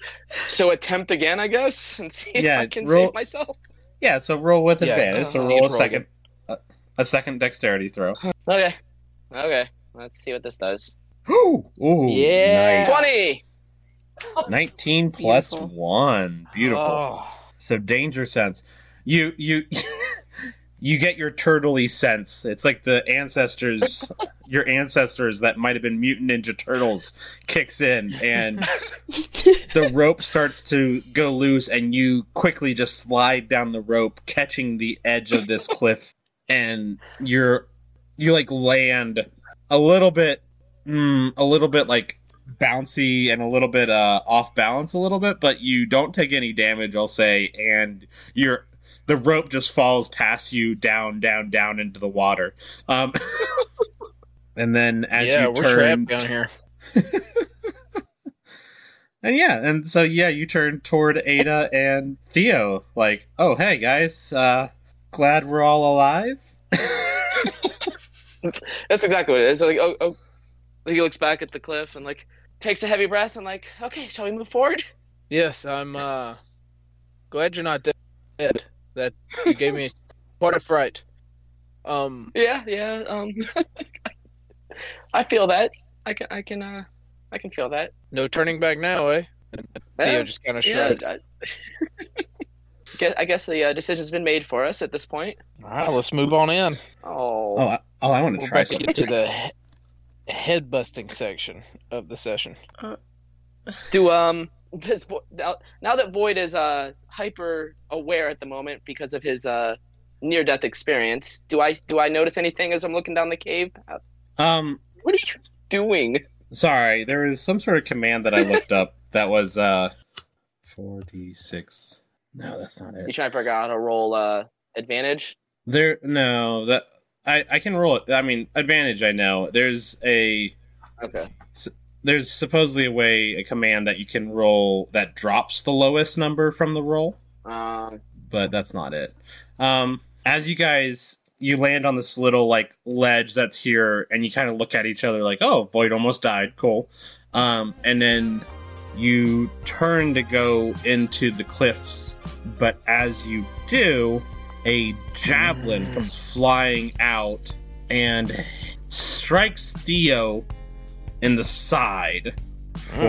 [SPEAKER 6] So attempt again, I guess, and see
[SPEAKER 4] Yeah,
[SPEAKER 6] if I can
[SPEAKER 4] roll-
[SPEAKER 6] save myself.
[SPEAKER 4] Yeah, so roll with
[SPEAKER 5] Yeah,
[SPEAKER 4] advantage.
[SPEAKER 6] uh,
[SPEAKER 4] so roll a
[SPEAKER 5] roll
[SPEAKER 4] second, a, a second dexterity throw.
[SPEAKER 6] Okay. Okay. Let's see what this does.
[SPEAKER 4] Ooh,
[SPEAKER 5] Yeah.
[SPEAKER 4] nice.
[SPEAKER 6] Twenty.
[SPEAKER 4] 19 plus
[SPEAKER 7] Beautiful.
[SPEAKER 4] 1 beautiful
[SPEAKER 5] Oh.
[SPEAKER 4] so danger sense you you you get your turtley sense it's like the ancestors your ancestors that might have been mutant ninja turtles kicks in and the rope starts to go loose and you quickly just slide down the rope catching the edge of this cliff and you're you like land a little bit mm, a little bit like bouncy and a little bit uh off balance a little bit but you don't take any damage i'll say and you're the rope just falls past you down down down into the water um and then as
[SPEAKER 5] yeah,
[SPEAKER 4] you
[SPEAKER 5] we're
[SPEAKER 4] turn
[SPEAKER 5] trapped down here.
[SPEAKER 4] and yeah, and so yeah, you turn toward Ada and Theo, like, "Oh, hey guys, uh, glad we're all alive."
[SPEAKER 6] That's exactly what it is. So, like, oh, oh, like, he looks back at the cliff and like takes a heavy breath and like, okay, shall we move forward?
[SPEAKER 5] Yes, I'm uh glad you're not dead. That you gave me quite a fright. Um
[SPEAKER 6] Yeah, yeah. Um, I feel that. I can, I can, uh, I can feel that.
[SPEAKER 5] no turning back now, eh? Theo just kind of
[SPEAKER 6] yeah,
[SPEAKER 5] shrugs.
[SPEAKER 6] I, guess, I guess the uh, decision's been made for us at this point.
[SPEAKER 5] All right, let's move on in.
[SPEAKER 6] Oh,
[SPEAKER 4] oh, I, oh, I want
[SPEAKER 5] We're
[SPEAKER 4] to try
[SPEAKER 5] about to
[SPEAKER 4] something.
[SPEAKER 5] get to the he- head busting section of the session.
[SPEAKER 6] do um does Vo- now, now that Void is uh hyper aware at the moment because of his uh near death experience, do I do I notice anything as I'm looking down the cave? Uh,
[SPEAKER 4] Um,
[SPEAKER 6] What are you doing?
[SPEAKER 4] sorry, there was some sort of command that I looked up that was uh, four d six. No, that's not
[SPEAKER 6] You
[SPEAKER 4] it.
[SPEAKER 6] trying to figure out how to roll uh advantage?
[SPEAKER 4] There, no, that I I can roll it. I mean, advantage. I know there's a
[SPEAKER 6] Okay.
[SPEAKER 4] there's supposedly a way a command that you can roll that drops the lowest number from the roll.
[SPEAKER 6] Um.
[SPEAKER 4] but that's not it. Um, as you guys you land on this little like ledge that's here, and you kind of look at each other like, "Oh, Void almost died. Cool." Um, and then you turn to go into the cliffs, but as you do, a javelin comes flying out and strikes Theo in the side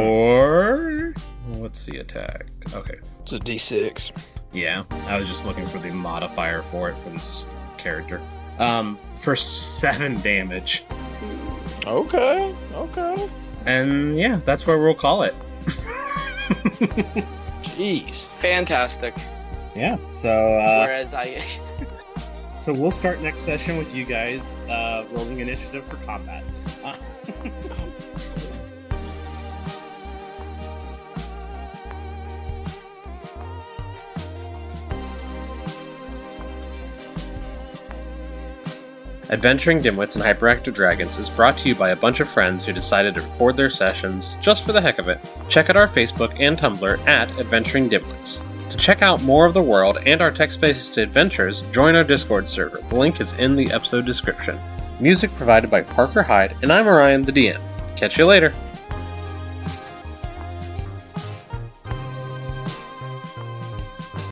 [SPEAKER 4] for what's the attack? Okay.
[SPEAKER 5] It's a D six.
[SPEAKER 4] Yeah, I was just looking for the modifier for it for this character. Um, for seven damage,
[SPEAKER 5] Okay. Okay.
[SPEAKER 4] and yeah, that's where we'll call it.
[SPEAKER 5] Jeez.
[SPEAKER 6] Fantastic.
[SPEAKER 4] Yeah. So uh,
[SPEAKER 6] Whereas I,
[SPEAKER 4] so we'll start next session with you guys uh, rolling initiative for combat. Uh, Adventuring Dimwits and Hyperactive Dragons is brought to you by a bunch of friends who decided to record their sessions just for the heck of it. Check out our Facebook and Tumblr at Adventuring Dimwits. To check out more of the world and our text based adventures, join our Discord server. The link is in the episode description. Music provided by Parker Hyde, and I'm Orion, the DM. Catch you later.